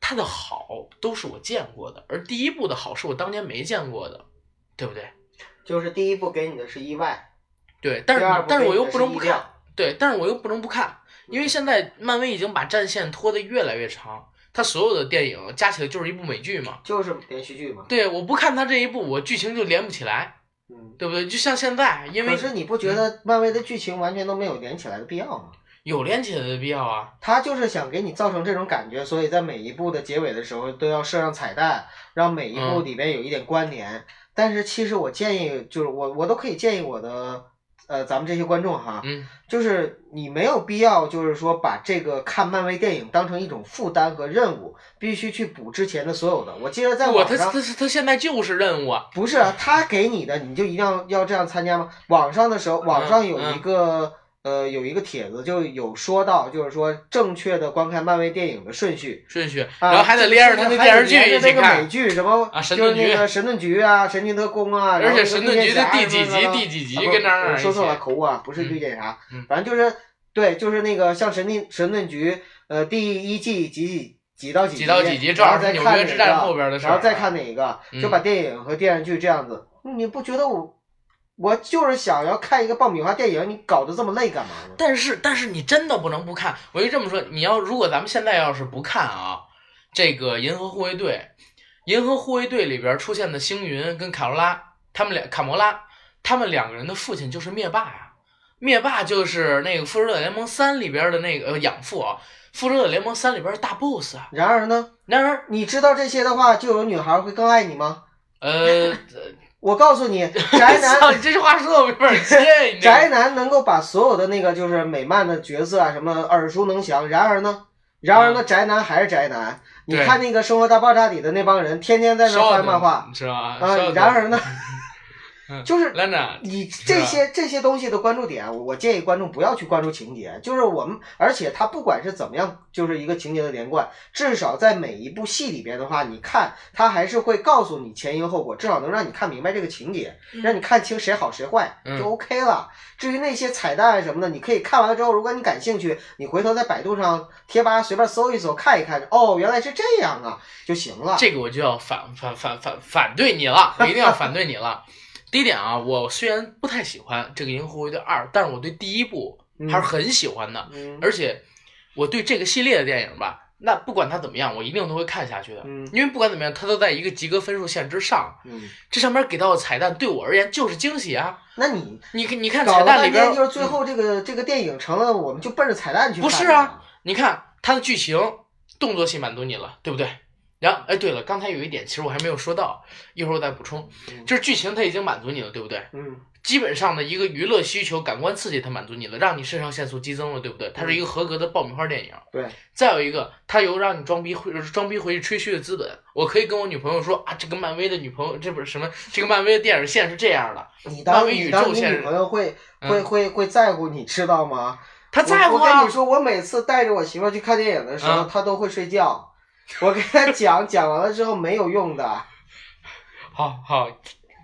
Speaker 1: 它的好都是我见过的，而第一部的好是我当年没见过的，对不对？
Speaker 2: 就是第一部给你的是意外，
Speaker 1: 对，但是
Speaker 2: 第二部
Speaker 1: 但是
Speaker 2: 给
Speaker 1: 我
Speaker 2: 你
Speaker 1: 又
Speaker 2: 的
Speaker 1: 不
Speaker 2: 是
Speaker 1: 能
Speaker 2: 意
Speaker 1: 不
Speaker 2: 料
Speaker 1: 看，对，但是我又不能不看，因为现在漫威已经把战线拖得越来越长，它所有的电影加起来就是一部美剧嘛。
Speaker 2: 就是连续剧嘛。
Speaker 1: 对，我不看它这一部，我剧情就连不起来，
Speaker 2: 嗯。
Speaker 1: 对不对？就像现在，因为嗯
Speaker 2: 可是你不觉得漫威的剧情完全都没有连起来的必要吗？
Speaker 1: 有连起来的必要啊。
Speaker 2: 他就是想给你造成这种感觉，所以在每一部的结尾的时候都要设上彩蛋，让每一部
Speaker 1: 嗯
Speaker 2: 里边有一点关联。但是其实我建议，就是我我都可以建议我的呃咱们这些观众哈，
Speaker 1: 嗯，
Speaker 2: 就是你没有必要，就是说把这个看漫威电影当成一种负担和任务，必须去补之前的所有的。我记得在
Speaker 1: 我
Speaker 2: 网
Speaker 1: 他
Speaker 2: 上
Speaker 1: 他他现在就是任务啊，
Speaker 2: 不是啊他给你的，你就一定要要这样参加吗？网上的时候，网上有一个、呃有一个帖子就有说到，就是说正确的观看漫威电影的顺序。
Speaker 1: 顺序，
Speaker 2: 啊、
Speaker 1: 然后还得连着他
Speaker 2: 就是
Speaker 1: 的
Speaker 2: 还
Speaker 1: 电
Speaker 2: 得
Speaker 1: 视剧一
Speaker 2: 连着
Speaker 1: 起
Speaker 2: 那个美
Speaker 1: 看，
Speaker 2: 剧什么
Speaker 1: 啊神
Speaker 2: 就是
Speaker 1: 盾局
Speaker 2: 那个神盾局啊，神盾特工啊，然
Speaker 1: 而且
Speaker 2: 后那个
Speaker 1: 神
Speaker 2: 绿
Speaker 1: 盾
Speaker 2: 箭
Speaker 1: 局的
Speaker 2: 侠
Speaker 1: 第
Speaker 2: 呀
Speaker 1: 几
Speaker 2: 什么
Speaker 1: 集
Speaker 2: 的
Speaker 1: 第几集
Speaker 2: 啊不
Speaker 1: 跟哪儿
Speaker 2: 我
Speaker 1: 哪儿
Speaker 2: 说
Speaker 1: 一
Speaker 2: 错
Speaker 1: 起
Speaker 2: 了，口误啊，不是
Speaker 1: 嗯
Speaker 2: 绿箭侠，
Speaker 1: 嗯
Speaker 2: 反正就是对，就是那个像神盾神盾局呃第一季几几。几到几
Speaker 1: 几到几集正
Speaker 2: 然
Speaker 1: 好
Speaker 2: 后再
Speaker 1: 是纽
Speaker 2: 看
Speaker 1: 约
Speaker 2: 哪
Speaker 1: 之战
Speaker 2: 个
Speaker 1: 后边的事
Speaker 2: 然后
Speaker 1: 儿
Speaker 2: 再
Speaker 1: 啊
Speaker 2: 看哪个，就
Speaker 1: 嗯
Speaker 2: 把电影和电视剧这样子。你不觉得我，我就是想要看一个爆米花电影，你搞得这么累干嘛呢？
Speaker 1: 但是，但是你真的不能不看。我就这么说，你要如果咱们现在要是不看啊，这个《银河护卫队》，《银河护卫队》里边出现的星云跟卡罗拉，他们俩卡魔拉，他们两个人的父亲就是灭霸呀、灭霸就是那个《复仇者联盟三》里边的那个、呃、养父啊，《复仇者联盟三》里边的大 boss 啊。
Speaker 2: 然而呢，
Speaker 1: 然而，
Speaker 2: 你知道这些的话，就有女孩会更爱你吗？
Speaker 1: 呃，
Speaker 2: 我 告诉你，宅
Speaker 1: 操
Speaker 2: 男，
Speaker 1: 你这句话说的我有点接你这个
Speaker 2: 宅男能够把所有的那个就是美漫的角色啊，什么耳熟能详。然而呢，然而呢，宅男还是宅男。你
Speaker 1: 嗯对
Speaker 2: 看那个《生活大爆炸》里的那帮人，天天在那
Speaker 1: 稍
Speaker 2: 翻
Speaker 1: 等
Speaker 2: 漫画
Speaker 1: 是吧？
Speaker 2: 啊
Speaker 1: 稍。等
Speaker 2: 然而呢， 就是
Speaker 1: 兰娜，
Speaker 2: 你
Speaker 1: 是啊
Speaker 2: 这
Speaker 1: 吧
Speaker 2: 些这些东西的关注点，啊我我建议观众不要去关注情节，就是我们，而且它不管是怎么样，就是一个情节的连贯，至少在每一部戏里边的话，你看它还是会告诉你前因后果，至少能让你看明白这个情节，
Speaker 3: 嗯
Speaker 2: 让你看清谁好谁坏
Speaker 1: 嗯
Speaker 2: 就 OK 了。至于那些彩蛋什么的，你可以看完了之后，如果你感兴趣，你回头在百度上贴吧随便搜一搜，看一看，哦，原来是这样啊，就行了。
Speaker 1: 这个我就要反反反反反对你了，我一定要反对你了。第一点啊，我虽然不太喜欢这个《银河护卫队二》，但是我对第一部还是很喜欢的，
Speaker 2: 嗯
Speaker 1: 而且我对这个系列的电影吧，那不管它怎么样，我一定都会看下去的，
Speaker 2: 嗯
Speaker 1: 因为不管怎么样，它都在一个及格分数线之上。
Speaker 2: 嗯，
Speaker 1: 这上面给到的彩蛋对我而言就是惊喜啊！
Speaker 2: 那你
Speaker 1: 你你看
Speaker 2: 搞
Speaker 1: 彩
Speaker 2: 了
Speaker 1: 蛋
Speaker 2: 半
Speaker 1: 里边
Speaker 2: 天
Speaker 1: 儿，
Speaker 2: 就是最
Speaker 1: 嗯
Speaker 2: 后这个、这个电影成了，我们就奔着彩蛋去看
Speaker 1: 不
Speaker 2: 的。
Speaker 1: 是啊你看它的剧情、动作戏满足你了，对不对？然后，哎，对了，刚才有一点，其实我还没有说到，一会儿我再补充。
Speaker 2: 嗯
Speaker 1: 就是剧情它已经满足你了，对不对？
Speaker 2: 嗯，
Speaker 1: 基本上的一个娱乐需求、感官刺激，它满足你了，让你肾上腺素激增了，对不对？它是一
Speaker 2: 嗯
Speaker 1: 个合格的爆米花电影。
Speaker 2: 对，
Speaker 1: 再有一个，它有让你装逼回装逼回去吹嘘的资本。我可以跟我女朋友说啊，这个漫威的女朋友，这不是什么，这个漫威的电影线是这样的。
Speaker 2: 你
Speaker 1: 漫
Speaker 2: 当
Speaker 1: 威
Speaker 2: 你
Speaker 1: 宇
Speaker 2: 当
Speaker 1: 宙
Speaker 2: 你
Speaker 1: 线
Speaker 2: 女
Speaker 1: 是
Speaker 2: 朋友会
Speaker 1: 嗯
Speaker 2: 会会会在乎你知道吗？
Speaker 1: 他在乎
Speaker 2: 我。我
Speaker 1: 啊
Speaker 2: 跟你，说，我每次带着我媳妇儿去看电影的时候，
Speaker 1: 嗯
Speaker 2: 她都会睡觉。我跟她讲，讲完了之后没有用的。
Speaker 1: 好好，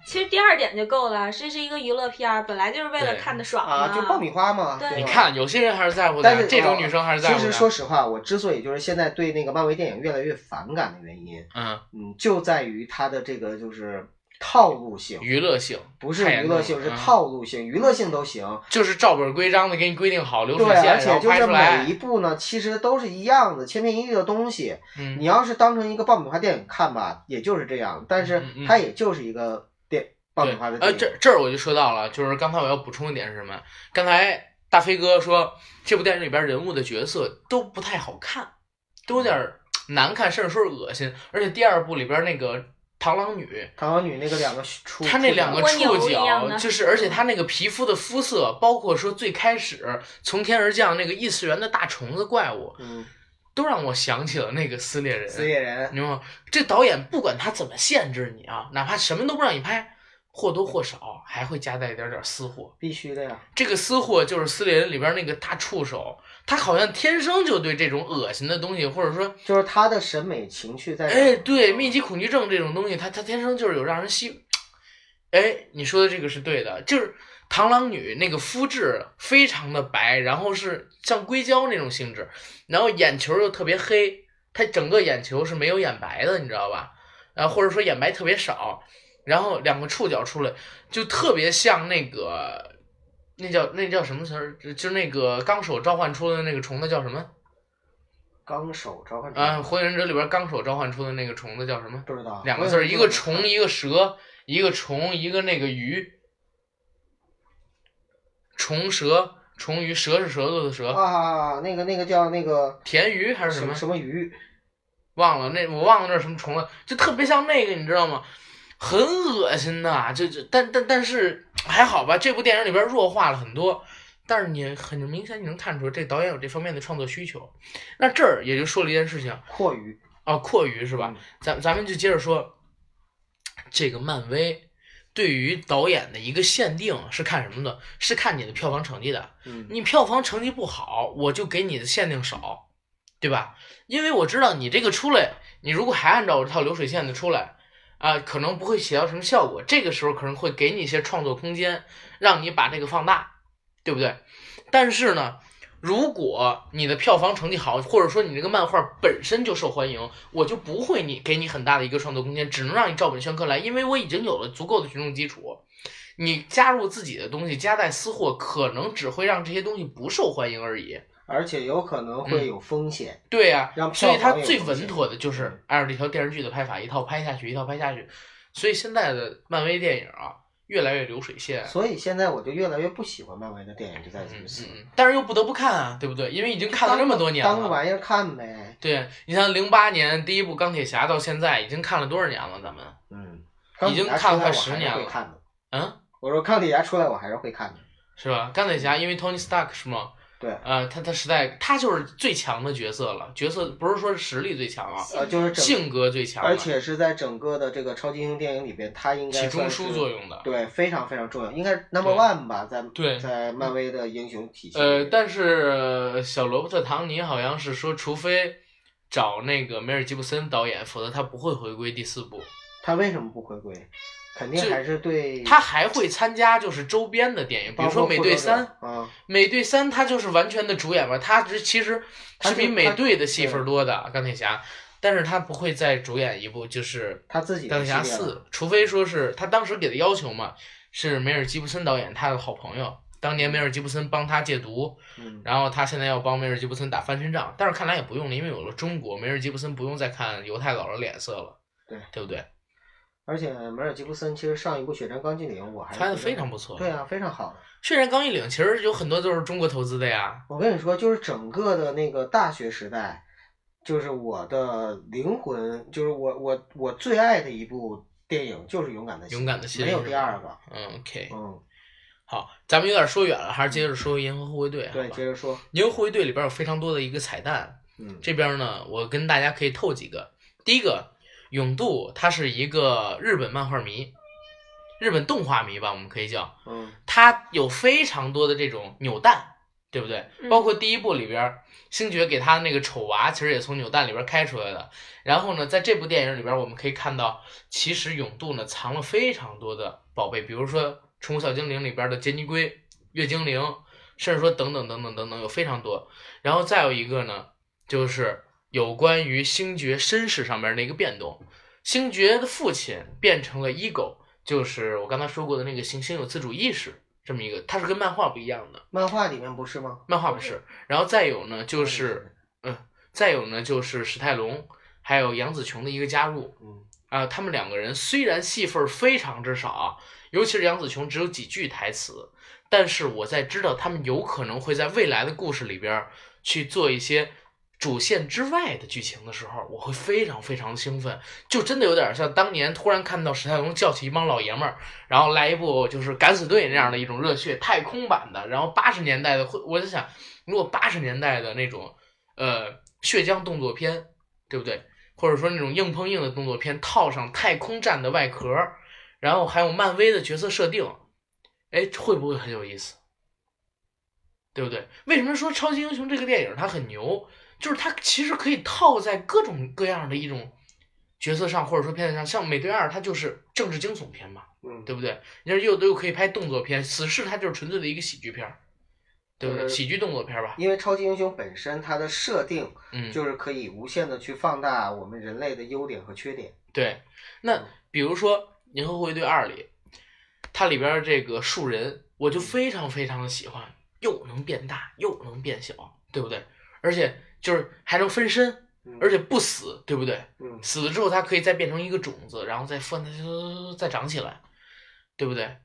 Speaker 3: 其实第二点就够了，这是一个娱乐片儿，本来就是为了看的爽
Speaker 2: 啊，就爆米花嘛。
Speaker 3: 对
Speaker 2: 吧
Speaker 1: 你看，有些人还是在乎
Speaker 2: 但
Speaker 1: 的，
Speaker 2: 是哦
Speaker 1: 这种女生还是在
Speaker 2: 其
Speaker 1: 乎
Speaker 2: 实
Speaker 1: 的。
Speaker 2: 说实话，我之所以就是现在对那个漫威电影越来越反感的原因，
Speaker 1: 嗯，
Speaker 2: 嗯，就在于它的这个就是套路性，
Speaker 1: 娱乐性
Speaker 2: 不是
Speaker 1: 太严
Speaker 2: 娱乐
Speaker 1: 重
Speaker 2: 性，
Speaker 1: 了
Speaker 2: 是
Speaker 1: 嗯
Speaker 2: 套路性。娱乐性都行，
Speaker 1: 就是照本规章的给你规定好流水
Speaker 2: 对，
Speaker 1: 线，
Speaker 2: 而
Speaker 1: 然
Speaker 2: 且
Speaker 1: 后
Speaker 2: 就
Speaker 1: 拍
Speaker 2: 是
Speaker 1: 出来
Speaker 2: 每一。部呢，其实都是一样的，千篇一律的东西。
Speaker 1: 嗯
Speaker 2: 你，要是当成一个爆米花电影看吧，也就是这样，但是
Speaker 1: 嗯嗯
Speaker 2: 它也就是一个电爆米
Speaker 1: 对，
Speaker 2: 花的电
Speaker 1: 呃，
Speaker 2: 影。
Speaker 1: 这这儿我就说到了，就是刚才我要补充一点是什么？刚才大飞哥说，这部电影里边人物的角色都不太好看，都有点儿难看，甚至说是恶心。而且第二部里边那个螳螂女，
Speaker 2: 螳螂女那个两个出，
Speaker 1: 她那两个
Speaker 3: 蜗牛
Speaker 1: 触
Speaker 3: 一样
Speaker 1: 角，
Speaker 3: 的
Speaker 1: 就是而且她那个皮肤的肤色，包括说最开始从天而降那个异次元的大虫子怪物，
Speaker 2: 嗯，
Speaker 1: 都让我想起了那个撕裂人。
Speaker 2: 死野人，
Speaker 1: 你吗？这导演不管他怎么限制你啊，哪怕什么都不让你拍，或多或少还会夹带一点点私货。
Speaker 2: 必须的呀。
Speaker 1: 这个私货就是《撕裂人》里边那个大触手，他好像天生就对这种恶心的东西，或者说，
Speaker 2: 就是他的审美情趣在哪儿。
Speaker 1: 哎，对，密集恐惧症这种东西，他他天生就是有让人吸。哎，你说的这个是对的，就是螳螂女那个肤质非常的白，然后是像硅胶那种性质，然后眼球又特别黑，她整个眼球是没有眼白的，你知道吧？然后或者说眼白特别少，然后两个触角出来就特别像那个，那叫那叫什么词儿？就就那个纲手召唤出的那个虫子叫什么？
Speaker 2: 纲手召唤者
Speaker 1: 啊，火影忍者里边纲手召唤出的那个虫子叫什么？
Speaker 2: 不知道嗯
Speaker 1: 两个字儿，一个虫，一个蛇，一个虫，一个那个鱼。虫蛇，虫鱼，蛇是舌头的蛇，
Speaker 2: 啊，那个那个叫那个
Speaker 1: 田鱼还是
Speaker 2: 什
Speaker 1: 什么？
Speaker 2: 什么鱼，
Speaker 1: 忘了那我忘了那是什么虫了，就特别像那个，你知道吗？很恶心的，就就但但但是还好吧，这部电影里边弱化了很多，但是你很明显你能看出这导演有这方面的创作需求。那这儿也就说了一件事情
Speaker 2: 阔鱼
Speaker 1: 啊，阔鱼是吧？？咱咱们就接着说，这个漫威对于导演的一个限定是看什么的？是看你的票房成绩的。
Speaker 2: 嗯，
Speaker 1: 你票房成绩不好，我就给你的限定少，对吧？因为我知道你这个出来，你如果还按照我这套流水线的出来，啊、可能不会起到什么效果。这个时候可能会给你一些创作空间，让你把这个放大，对不对？但是呢，如果你的票房成绩好，或者说你这个漫画本身就受欢迎，我就不会你给你很大的一个创作空间，只能让你照本宣科来，因为我已经有了足够的群众基础。你加入自己的东西，夹带私货，可能只会让这些东西不受欢迎而已。
Speaker 2: 而且有可能会有风险。
Speaker 1: 对呀、
Speaker 2: 让票
Speaker 1: 所以
Speaker 2: 房
Speaker 1: 它
Speaker 2: 有
Speaker 1: 最
Speaker 2: 风
Speaker 1: 稳
Speaker 2: 险嗯
Speaker 1: 妥的就是按照这条电视剧的拍法，一套拍下去，一套拍下去。所以现在的漫威电影啊，越来越流水线。
Speaker 2: 所以现在我就越来越不喜欢漫威的电影，就在
Speaker 1: 嗯
Speaker 2: 于此。
Speaker 1: 嗯，但是又不得不看啊，对不对？因为已经看了这么多年了，
Speaker 2: 当个玩意儿看呗。
Speaker 1: 对你像零八年第一部钢铁侠到现在已经看了多少年了？咱们
Speaker 2: 嗯，
Speaker 1: 已经看了快十年了
Speaker 2: 会看的。
Speaker 1: 嗯，
Speaker 2: 我说钢铁侠出来我还是会看的。
Speaker 1: 是吧？钢铁侠因为 Tony Stark 是吗？
Speaker 2: 对
Speaker 1: 呃，他他实在他就是最强的角色了，角色不是说是实力最强啊，
Speaker 2: 呃，就是整，
Speaker 1: 性格最强了，
Speaker 2: 而且是在整个的这个超级英雄电影里边，他应该
Speaker 1: 起中
Speaker 2: 算是
Speaker 1: 枢作用的。
Speaker 2: 对，非常非常重要，应该是 number
Speaker 1: 对
Speaker 2: one 吧，在
Speaker 1: 对
Speaker 2: 在漫威的英雄体系里
Speaker 1: 呃，
Speaker 2: 面。
Speaker 1: 但是呃小罗伯特·唐尼好像是说，除非找那个梅尔吉布森导演，否则他不会回归第四部。
Speaker 2: 他为什么不回归？肯定
Speaker 1: 就
Speaker 2: 还是对
Speaker 1: 他还会参加就是周边的电影，比
Speaker 2: 嗯包括
Speaker 1: 如说《美队三》。《
Speaker 2: 啊，
Speaker 1: 美队三》他就是完全的主演嘛，他只其实
Speaker 2: 他
Speaker 1: 是
Speaker 2: 就
Speaker 1: 比美
Speaker 2: 他
Speaker 1: 队的戏份
Speaker 2: 对
Speaker 1: 多的钢铁侠，但是他不会再主演一部就是
Speaker 2: 他自己的
Speaker 1: 钢铁侠
Speaker 2: 系列了
Speaker 1: 四，除非说是他当时给的要求嘛，是梅尔吉布森导演他的好朋友，当年梅尔吉布森帮他戒毒，
Speaker 2: 嗯，
Speaker 1: 然后他现在要帮梅尔吉布森打翻身仗，但是看来也不用了，因为有了中国，梅尔吉布森不用再看犹太佬的脸色了，
Speaker 2: 对
Speaker 1: 对不对？
Speaker 2: 而且梅尔吉布森其实上一部《血战钢锯岭》，我还是
Speaker 1: 拍的
Speaker 2: 觉
Speaker 1: 非常不错。
Speaker 2: 对，啊，非常好的。
Speaker 1: 《血战钢锯岭》其实有很多都是中国投资的呀。
Speaker 2: 我跟你说，就是整个的那个大学时代，就是我的灵魂，就是我我我最爱的一部电影就是《勇敢的心》，
Speaker 1: 勇敢的心
Speaker 2: 没有
Speaker 1: 是吧
Speaker 2: 第二个。
Speaker 1: 嗯，OK，
Speaker 2: 嗯，
Speaker 1: 好，咱们有点说远了，还是接着说《银河护卫队》好
Speaker 2: 对，
Speaker 1: 吧
Speaker 2: 接？着说，
Speaker 1: 《银河护卫队》里边有非常多的一个彩蛋，
Speaker 2: 嗯，
Speaker 1: 这边呢，我跟大家可以透几个。第一个，永渡他是一个日本漫画迷，日本动画迷吧，我们可以叫。
Speaker 2: 嗯
Speaker 1: 他有非常多的这种扭蛋，对不对？
Speaker 3: 嗯
Speaker 1: 包括第一部里边儿，星爵给他那个丑娃，其实也从扭蛋里边儿开出来的。然后呢，在这部电影里边儿，我们可以看到，其实永渡呢藏了非常多的宝贝，比如说《宠物小精灵》里边儿的杰尼龟、月精灵，甚至说等等等等等等，有非常多。然后再有一个呢，就是有关于星爵身世上面的一个变动。星爵的父亲变成了 ego，就是我刚才说过的那个行星有自主意识这么一个，它是跟漫画不一样的，
Speaker 2: 漫画里面不是吗？
Speaker 1: 漫画不是。然后再有呢，就是嗯，再有呢就是史泰龙还有杨紫琼的一个加入
Speaker 2: 嗯，
Speaker 1: 啊、他们两个人虽然戏份非常之少啊，尤其是杨紫琼只有几句台词，但是我在知道他们有可能会在未来的故事里边儿去做一些。主线之外的剧情的时候，我会非常非常兴奋，就真的有点像当年突然看到史泰龙叫起一帮老爷们儿，然后来一部就是敢死队那样的一种热血太空版的，然后八十年代的，会我在想，如果八十年代的那种呃血浆动作片，对不对？或者说那种硬碰硬的动作片，套上太空站的外壳，然后还有漫威的角色设定，哎，会不会很有意思？对不对？为什么说超级英雄这个电影它很牛？就是它其实可以套在各种各样的一种角色上，或者说片子上，像《美队二》它就是政治惊悚片嘛，
Speaker 2: 嗯，
Speaker 1: 对不对？你说又又可以拍动作片，《死侍》它就是纯粹的一个喜剧片儿，对不对？
Speaker 2: 就是
Speaker 1: 喜剧动作片儿吧，
Speaker 2: 因为超级英雄本身它的设定
Speaker 1: 嗯，
Speaker 2: 就是可以无限的去放大我们人类的优点和缺点。
Speaker 1: 对。那
Speaker 3: 嗯
Speaker 1: 比如说《银河护卫队二》里，它里边儿这个树人，我就非常非常的喜欢，又能变大，又能变小，对不对？而且就是还能分身，
Speaker 2: 嗯
Speaker 1: 而且，不死，对不对？
Speaker 2: 嗯，
Speaker 1: 死了之后，它可以再变成一个种子，然后再放它再长起来，对不对？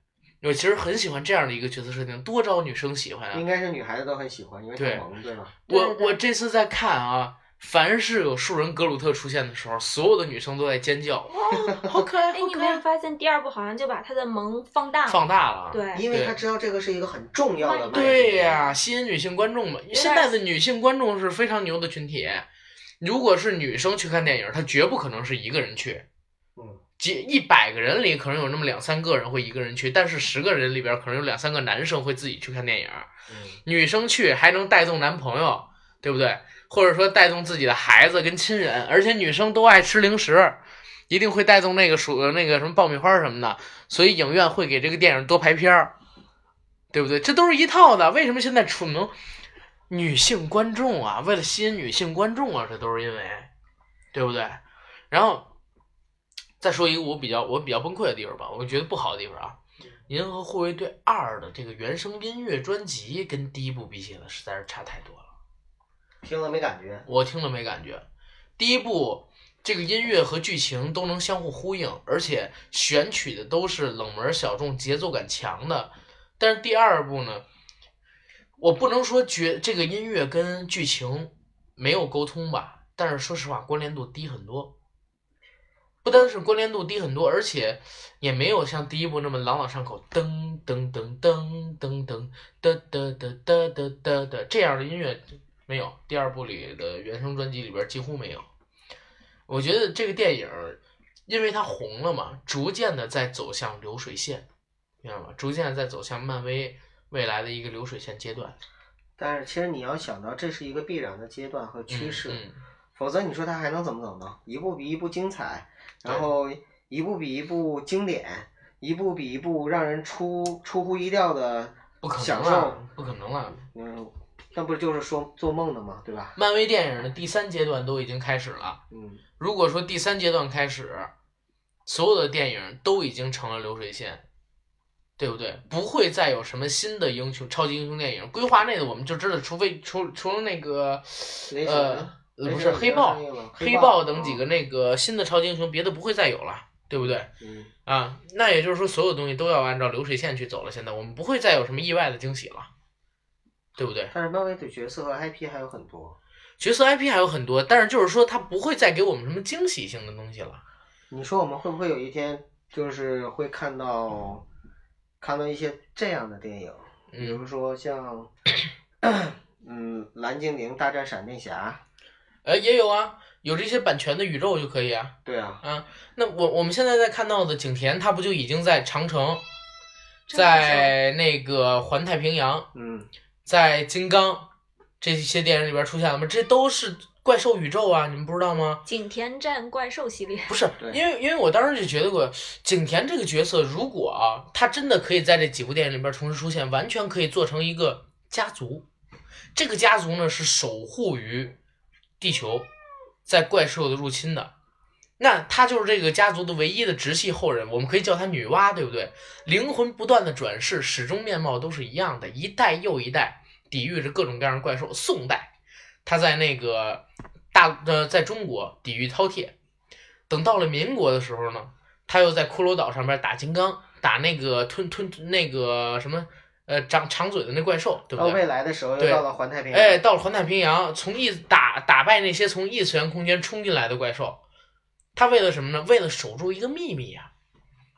Speaker 1: 我其实很喜欢这样的一个角色设定，多招女生喜欢啊
Speaker 2: 应。该是女孩子都很喜欢，因为
Speaker 1: 对
Speaker 2: 太萌，对吧？
Speaker 1: 我
Speaker 3: 嗯对对
Speaker 1: 我这次在看啊，凡是有树人格鲁特出现的时候，所有的女生都在尖 叫，哇，好可爱，
Speaker 3: 哎，
Speaker 1: 好
Speaker 3: 你
Speaker 1: 可
Speaker 3: 没有
Speaker 1: 爱，
Speaker 3: 发现第二部好像就把他的萌放大了？
Speaker 1: 放大了啊。
Speaker 3: 对，
Speaker 2: 因为他知道这个是一个很重要的卖点。
Speaker 1: 对呀、吸引女性观众嘛。
Speaker 3: 点
Speaker 1: 现在的女性观众是非常牛的群体。如果是女生去看电影，她绝不可能是一个人去。
Speaker 2: 嗯，
Speaker 1: 几一百个人里可能有那么两三个人会一个人去，但是十个人里边可能有两三个男生会自己去看电影，
Speaker 2: 嗯
Speaker 1: 女生去还能带动男朋友，对不对？或者说带动自己的孩子跟亲人，而且女生都爱吃零食，一定会带动那个属呃那个什么爆米花什么的，所以影院会给这个电影多排片儿，对不对？这都是一套的。为什么现在楚能女性观众啊？为了吸引女性观众啊，这都是因为，对不对？然后再说一个我比较我比较崩溃的地方吧，我觉得不好的地方啊，《银河护卫队二》的这个原声音乐专辑跟第一部比起来，实在是差太多了。
Speaker 2: 听了没感觉？
Speaker 1: 我听了没感觉。第一部这个音乐和剧情都能相互呼应，而且选取的都是冷门小众、节奏感强的。但是第二部呢，我不能说觉这个音乐跟剧情没有沟通吧，但是说实话关联度低很多。不单是关联度低很多，而且也没有像第一部那么朗朗上口，噔噔噔噔噔噔哒哒哒哒哒哒哒这样的音乐没有。第二部里的原声专辑里边几乎没有。我觉得这个电影，因为它红了嘛，逐渐的在走向流水线，明白吗？逐渐地在走向漫威未来的一个流水线阶段。
Speaker 2: 但是其实你要想到，这是一个必然的阶段和趋势，
Speaker 1: 嗯嗯
Speaker 2: 否则你说它还能怎么走呢？一部比一部精彩，
Speaker 1: 对
Speaker 2: 然后一部比一部经典，一部比一部让人出出乎意料的，
Speaker 1: 不可能啊
Speaker 2: 享
Speaker 1: 了，不可能了。
Speaker 2: 嗯，那不就是说做梦的吗？对吧？
Speaker 1: 漫威电影的第三阶段都已经开始了。
Speaker 2: 嗯，
Speaker 1: 如果说第三阶段开始，所有的电影都已经成了流水线，对不对？不会再有什么新的英雄、超级英雄电影。规划内的我们就知道，除非除除了那个
Speaker 2: 雷神
Speaker 1: 呃
Speaker 2: 呢，
Speaker 1: 呃
Speaker 2: 雷
Speaker 1: 不是
Speaker 2: 神已啊
Speaker 1: 黑
Speaker 2: 经
Speaker 1: 豹
Speaker 2: 上、映了
Speaker 1: 黑
Speaker 2: 豹
Speaker 1: 豹等几个，那个新的超级英雄，别的不会再有了，对不对？
Speaker 2: 嗯，
Speaker 1: 啊，那也就是说，所有东西都要按照流水线去走了。现在我们不会再有什么意外的惊喜了，对不对？
Speaker 2: 但是漫威的角色和 IP 还有很多。
Speaker 1: 角色 IP 还有很多，但是就是说，它不会再给我们什么惊喜性的东西了。
Speaker 2: 你说我们会不会有一天就是会看到看到一些这样的电影？比
Speaker 1: 嗯
Speaker 2: 如，说像，嗯，蓝精灵大战闪电侠，
Speaker 1: 呃，也有啊，有这些版权的宇宙就可以啊。
Speaker 2: 对啊，
Speaker 1: 那我我们现在在看到的景甜，她不就已经在长城，
Speaker 3: 真的是
Speaker 1: 在那个环太平洋，
Speaker 2: 嗯，
Speaker 1: 在金刚这些电影里边出现了吗？这都是怪兽宇宙啊，你们不知道吗？
Speaker 3: 景田战怪兽系 列，
Speaker 1: 不是，
Speaker 2: 对
Speaker 1: 因为因为我当时就觉得过，景甜这个角色，如果啊，她真的可以在这几部电影里边同时出现，完全可以做成一个家族。这个家族呢是守护于地球，在怪兽的入侵的。那她就是这个家族的唯一的直系后人，我们可以叫她女娲，对不对？灵魂不断的转世，始终面貌都是一样的，一代又一代抵御着各种各样的怪兽。宋代，她在那个大呃，在中国抵御饕餮，等到了民国的时候呢，他又在骷髅岛上边打金刚，打那个吞吞那个什么呃长长嘴的那怪兽，对
Speaker 2: 到
Speaker 1: 不
Speaker 2: 未
Speaker 1: 对？
Speaker 2: 来的时候又
Speaker 1: 对
Speaker 2: 哦到了环太平洋，
Speaker 1: 哎，到了环太平洋，从异打打败那些从异次元空间冲进来的怪兽，他为了什么呢？为了守住一个秘密啊！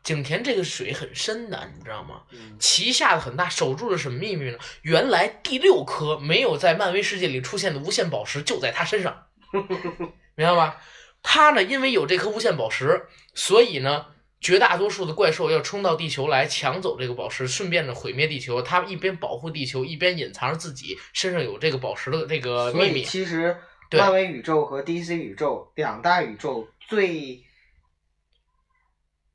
Speaker 1: 景田这个水很深的，你知道吗？
Speaker 2: 嗯
Speaker 1: 旗下的很大守住了什么秘密呢？原来第六颗没有在漫威世界里出现的无限宝石就在他身 上，明白吧？他呢，因为有这颗无限宝石，所以呢，绝大多数的怪兽要冲到地球来抢走这个宝石，顺便呢毁灭地球。他一边保护地球，一边隐藏着自己身上有这个宝石的这个
Speaker 2: 所
Speaker 1: 呃秘
Speaker 2: 以
Speaker 1: 密。
Speaker 2: 其实
Speaker 1: 对
Speaker 2: 漫威宇宙和 DC 宇宙两大宇宙最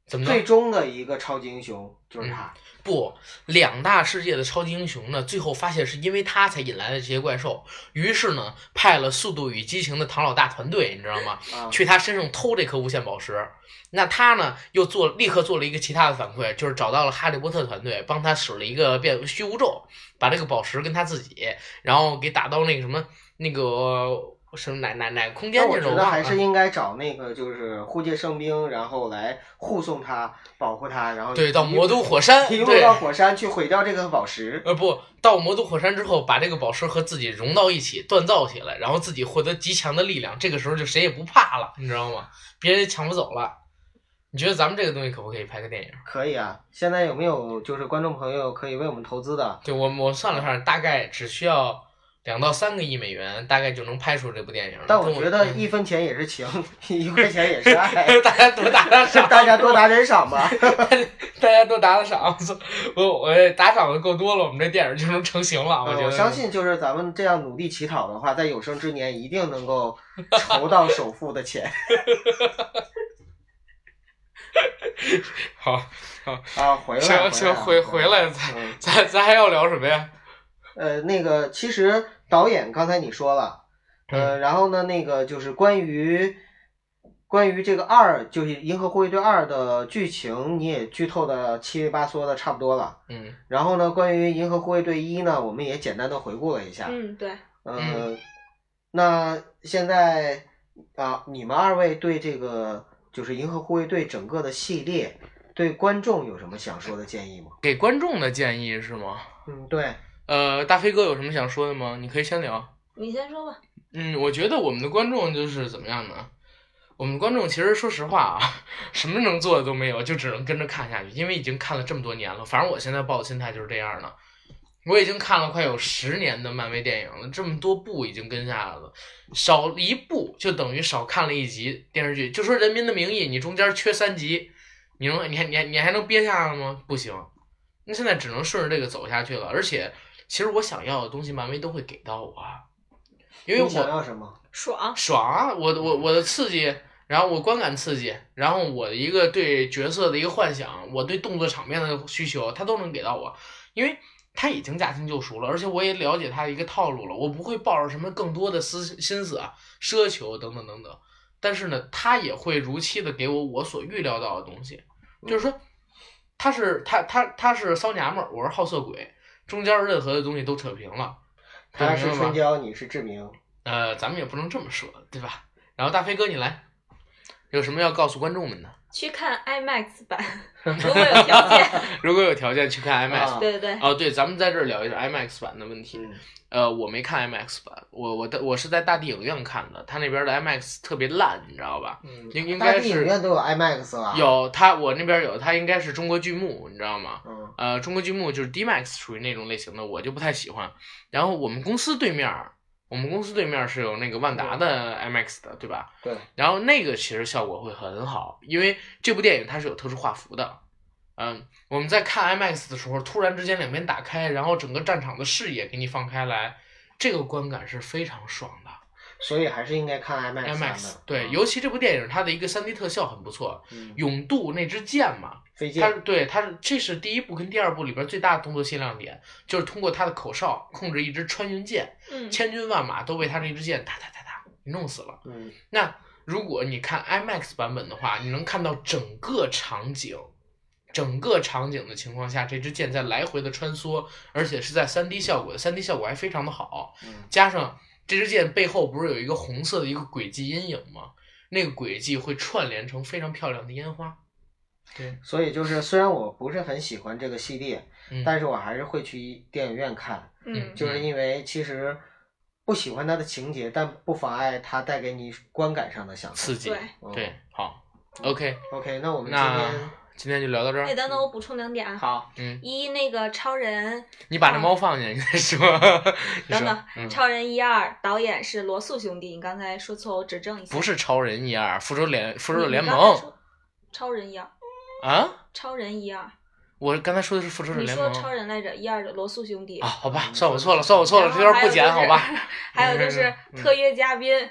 Speaker 1: 怎么
Speaker 2: 最
Speaker 1: 呢？
Speaker 2: 终的一个超级英雄就是他，
Speaker 1: 不，两大世界的超级英雄呢，最后发现是因为他才引来的这些怪兽，于是呢，派了《速度与激情》的唐老大团队，你知道吗？
Speaker 2: 啊，
Speaker 1: 去他身上偷这颗无限宝石。那他呢，又做立刻做了一个其他的反馈，就是找到了哈利波特团队，帮他使了一个变虚无咒，把这个宝石跟他自己，然后给打到那个什么那个什么哪哪哪个空间
Speaker 2: 那
Speaker 1: 去
Speaker 2: 我
Speaker 1: 了，
Speaker 2: 觉
Speaker 1: 我
Speaker 2: 得
Speaker 1: 忘
Speaker 2: 还
Speaker 1: 了
Speaker 2: 是。应该找那个就是护戒圣兵，然后来护送他、保护他，然后
Speaker 1: 对，到
Speaker 2: 一路
Speaker 1: 魔都火 山，
Speaker 2: 一路
Speaker 1: 对，
Speaker 2: 到火山去毁掉这颗宝石。
Speaker 1: 呃不，到魔都火山之后，把这个宝石和自己融到一起，锻造起来，然后自己获得极强的力量，这个时候就谁也不怕了，你知道吗？别人也抢不走了。你觉得咱们这个东西可不可以拍个电影？
Speaker 2: 可以啊，现在有没有就是观众朋友可以为我们投资的？
Speaker 1: 对我我算了算，大概只需要两到三个亿美元，大概就能拍出这部电影。
Speaker 2: 但
Speaker 1: 跟
Speaker 2: 我
Speaker 1: 我
Speaker 2: 觉得一分钱也是情， 一块钱也是 爱，
Speaker 1: 大家多打打赏，
Speaker 2: 大家多打点赏吧。
Speaker 1: 大家多打打赏。我我打赏的够多了，我们这电影就能成型了。
Speaker 2: 呃
Speaker 1: 我觉得
Speaker 2: 我相信，就是咱们这样努力乞讨的话，在有生之年一定能够筹到首付的钱
Speaker 1: 好，
Speaker 2: 啊！回来，
Speaker 1: 行行，回回
Speaker 2: 回来。
Speaker 1: 来咱
Speaker 2: 嗯
Speaker 1: 咱咱还要聊什么呀？
Speaker 2: 呃，那个，其实导演刚才你说了，呃，然后呢，那个就是关于关于这个二，就是《银河护卫队二》的剧情，你也剧透的七八嗦的差不多了。
Speaker 1: 嗯，
Speaker 2: 然后呢，关于《银河护卫队一》呢，我们也简单的回顾了一下。
Speaker 3: 嗯，对，
Speaker 2: 呃，那现在啊，你们二位对这个就是《银河护卫队》整个的系列，对观众有什么想说的建议吗？
Speaker 1: 给观众的建议是吗？
Speaker 2: 嗯，对，
Speaker 1: 呃，大飞哥有什么想说的吗？你可以先聊。
Speaker 3: 你先说吧。
Speaker 1: 嗯，我觉得我们的观众就是怎么样呢？我们观众其实说实话啊，什么能做的都没有，就只能跟着看下去，因为已经看了这么多年了。反正我现在抱的心态就是这样的，我已经看了快有十年的漫威电影了，这么多部已经跟下来了，少一部就等于少看了一集电视剧。就说《人民的名义》，你中间缺三集，你能你还你还你还能憋下来吗？不行，那现在只能顺着这个走下去了。而且，其实我想要的东西，漫威都会给到我啊，因为
Speaker 2: 你想
Speaker 1: 我
Speaker 2: 要什么？
Speaker 3: 爽，
Speaker 1: 爽啊！我的我我的刺激，然后我观感刺激，然后我的一个对角色的一个幻想，我对动作场面的需求，他都能给到我，因为他已经驾轻就熟了，而且我也了解他的一个套路了，我不会抱着什么更多的思心思啊、奢求等等等等。但是呢，他也会如期的给我我所预料到的东西，就是说，他是他他他是骚娘们儿，我是好色鬼，中间任何的东西都扯平了。扯
Speaker 2: 他
Speaker 1: 平
Speaker 2: 是
Speaker 1: 了
Speaker 2: 春
Speaker 1: 吧
Speaker 2: 娇，你是志明。
Speaker 1: 呃，咱们也不能这么说，对吧？然后大飞哥，你来，有什么要告诉观众们的？
Speaker 3: 去看 IMAX 版，如果有 条件。
Speaker 1: 如果有条件去看 IMAX
Speaker 2: 啊
Speaker 1: 版。
Speaker 3: 对对对，
Speaker 1: 哦，对，咱们在这儿聊一下 IMAX 版的问题。
Speaker 2: 嗯，
Speaker 1: 呃，我没看 IMAX 版，我我的我是在大地影院看的，他那边的 IMAX 特别烂，你知道吧？嗯应应
Speaker 2: 大
Speaker 1: 该
Speaker 2: 地影
Speaker 1: 是
Speaker 2: 院都啊有 IMAX 了。。
Speaker 1: 有他，我那边有他，应该是中国剧目，你知道吗？
Speaker 2: 嗯
Speaker 1: 呃，中国剧目就是 DMAX 属于那种类型的，我就不太喜欢。然后我们公司对面儿，我们公司对面儿是有那个万达的 IMAX 的，对吧？
Speaker 2: 对，
Speaker 1: 然后那个其实效果会很好，因为这部电影它是有特殊画幅的。嗯，我们在看 IMAX 的时候，突然之间两边打开，然后整个战场的视野给你放开来，这个观感是非常爽的。
Speaker 2: 所以还是应该看 IMAX 啊版
Speaker 1: IMAX
Speaker 2: 的。
Speaker 1: 对，尤其这部电影它的一个 3D 特效很不错，
Speaker 2: 嗯，
Speaker 1: 勇度那支箭嘛，
Speaker 2: 飞
Speaker 1: 它
Speaker 2: 剑。
Speaker 1: 是对，它是这是第一部跟第二部里边最大的动作限量点，就是通过他的口哨控制一支穿云箭，
Speaker 3: 嗯，
Speaker 1: 千军万马都被他这一支箭哒哒哒哒给弄死了。
Speaker 2: 嗯，
Speaker 1: 那如果你看 IMAX 版本的话，你能看到整个场景，整个场景的情况下，这支箭在来回的穿梭，而且是在 3D 效果的，3D 效果还非常的好
Speaker 2: 嗯，
Speaker 1: 加上这支箭背后不是有一个红色的一个轨迹阴影吗？那个轨迹会串联成非常漂亮的烟花。对，
Speaker 2: 所以就是虽然我不是很喜欢这个系列，
Speaker 1: 嗯，
Speaker 2: 但是我还是会去电影院看，
Speaker 3: 嗯，
Speaker 2: 就是因为其实不喜欢它的情节，但不妨碍它带给你观感上的享受。
Speaker 1: 刺激，
Speaker 3: 对
Speaker 2: 嗯
Speaker 1: 对，好，OK，
Speaker 2: OK，那我们今
Speaker 1: 那
Speaker 2: 天
Speaker 1: 今天就聊到这
Speaker 3: 哎，
Speaker 1: 儿。
Speaker 3: 等等，我补充两点啊。
Speaker 2: 好，
Speaker 1: 嗯，
Speaker 3: 一那个超人，
Speaker 1: 你把这猫放下，你再说。 你
Speaker 3: 嗯等
Speaker 1: 说
Speaker 3: 等，
Speaker 1: 嗯，
Speaker 3: 超人一二导演是罗素兄弟，你刚才说错，我指正一下。
Speaker 1: 不是超人一二，复仇联复
Speaker 3: 你，
Speaker 1: 仇者
Speaker 3: 你
Speaker 1: 联
Speaker 3: 刚才
Speaker 1: 盟
Speaker 3: 说超人一二，
Speaker 1: 啊！
Speaker 3: 超人一二，
Speaker 1: 我刚才说的是复仇者
Speaker 3: 你
Speaker 1: 联
Speaker 3: 说
Speaker 1: 盟
Speaker 3: 超人来着，一二的罗素兄弟
Speaker 1: 啊，。好吧，算我错了，算我错了，
Speaker 3: 然
Speaker 1: 这
Speaker 3: 后
Speaker 1: 段
Speaker 3: 还
Speaker 1: 不
Speaker 3: 有
Speaker 1: 剪
Speaker 3: 就
Speaker 1: 好
Speaker 3: 是
Speaker 1: 吧？嗯
Speaker 3: 还有就是特约嘉宾，
Speaker 2: 嗯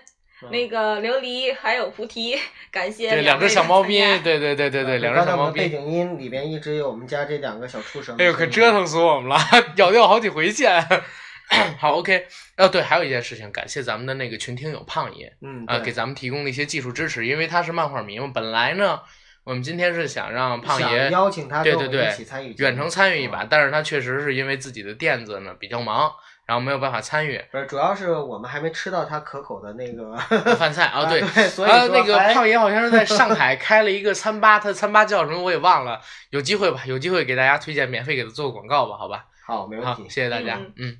Speaker 3: 那个琉璃还有菩提，感谢
Speaker 1: 对，两
Speaker 3: 位
Speaker 1: 只
Speaker 3: 的
Speaker 1: 小猫
Speaker 3: 参
Speaker 1: 咪
Speaker 3: 加，
Speaker 1: 对对对对对，两只
Speaker 2: 呃刚才
Speaker 1: 小
Speaker 2: 我
Speaker 1: 猫
Speaker 2: 们背
Speaker 1: 咪。
Speaker 2: 景音里边一直有我们家这两个小畜生。嗯
Speaker 1: 哎呦，可折。腾死我们了，咬掉好几回线。 好，OK，哦，对，还有一件事情，感谢咱们的那个群听友胖爷，
Speaker 2: 嗯，
Speaker 1: 啊，
Speaker 2: 对
Speaker 1: 给咱们提供了一些技术支持，因为他是漫画迷嘛。本来呢，我们今天是想让胖
Speaker 2: 想
Speaker 1: 爷
Speaker 2: 邀请他
Speaker 1: 对
Speaker 2: 跟
Speaker 1: 对
Speaker 2: 我们一起
Speaker 1: 对
Speaker 2: 参与节目
Speaker 1: 远程参与一把，
Speaker 2: 嗯
Speaker 1: 但是他确实是因为自己的垫子呢比较忙，然后没有办法参与
Speaker 2: 不是，主要是我们还没吃到他可口的那个
Speaker 1: 饭菜啊。对，
Speaker 2: 对，所以
Speaker 1: 啊，
Speaker 2: 说
Speaker 1: 那个
Speaker 2: 还
Speaker 1: 胖爷好像是在上海开了一个餐吧，他餐吧叫什么我也忘了，有机会吧，有机会给大家推荐，免费给他做个广告吧，好吧？
Speaker 2: 好，没问
Speaker 1: 好，
Speaker 2: 题
Speaker 1: 谢。谢大家
Speaker 3: 嗯，
Speaker 1: 嗯。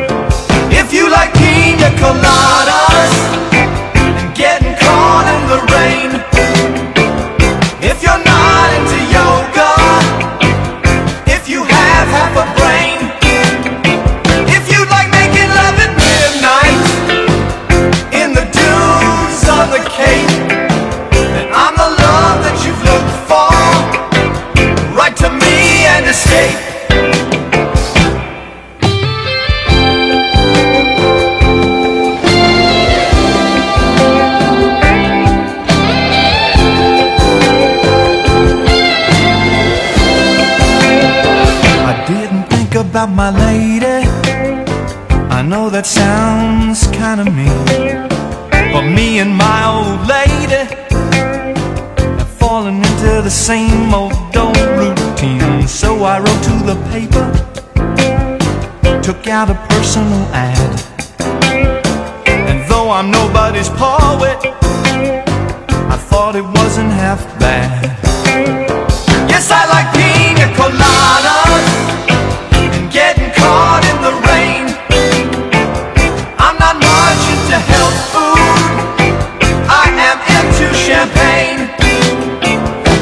Speaker 5: If you like pina coladas and getting caught in the rain, if you're not into yoga, if you have half a brain, if you like making love at midnight in the dunes of the Cape, then I'm the love that you've looked for. Write to me and escape. about my lady. I know that sounds kinda mean. But me and my old lady have fallen into the same old old routine. So I wrote to the paper, took out a personal ad. And though I'm nobody's poet, I thought it wasn't half bad. Yes, I like pina coladas and getting caught in the rain. I'm not much into health food. I am into champagne.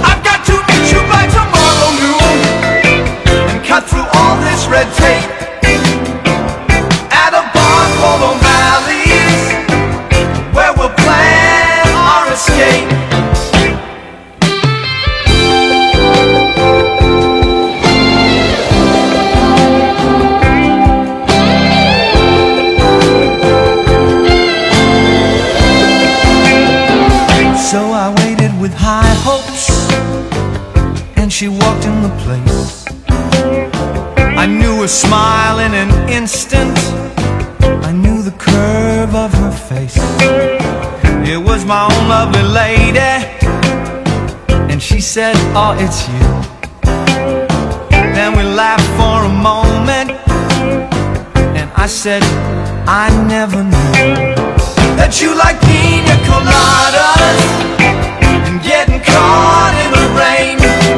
Speaker 5: I've got to meet you by tomorrow noon and cut through all this red tape. At a bar called O'Malley's, where we'll plan our escape. So I waited with high hopes, and she walked in the place. I knew her smile in an instant, I knew the curve of her face. It was my own lovely lady, and she said, Oh, it's you. Then we laughed for a moment, and I said, I never knew that you like pina coladas and getting caught in the rain.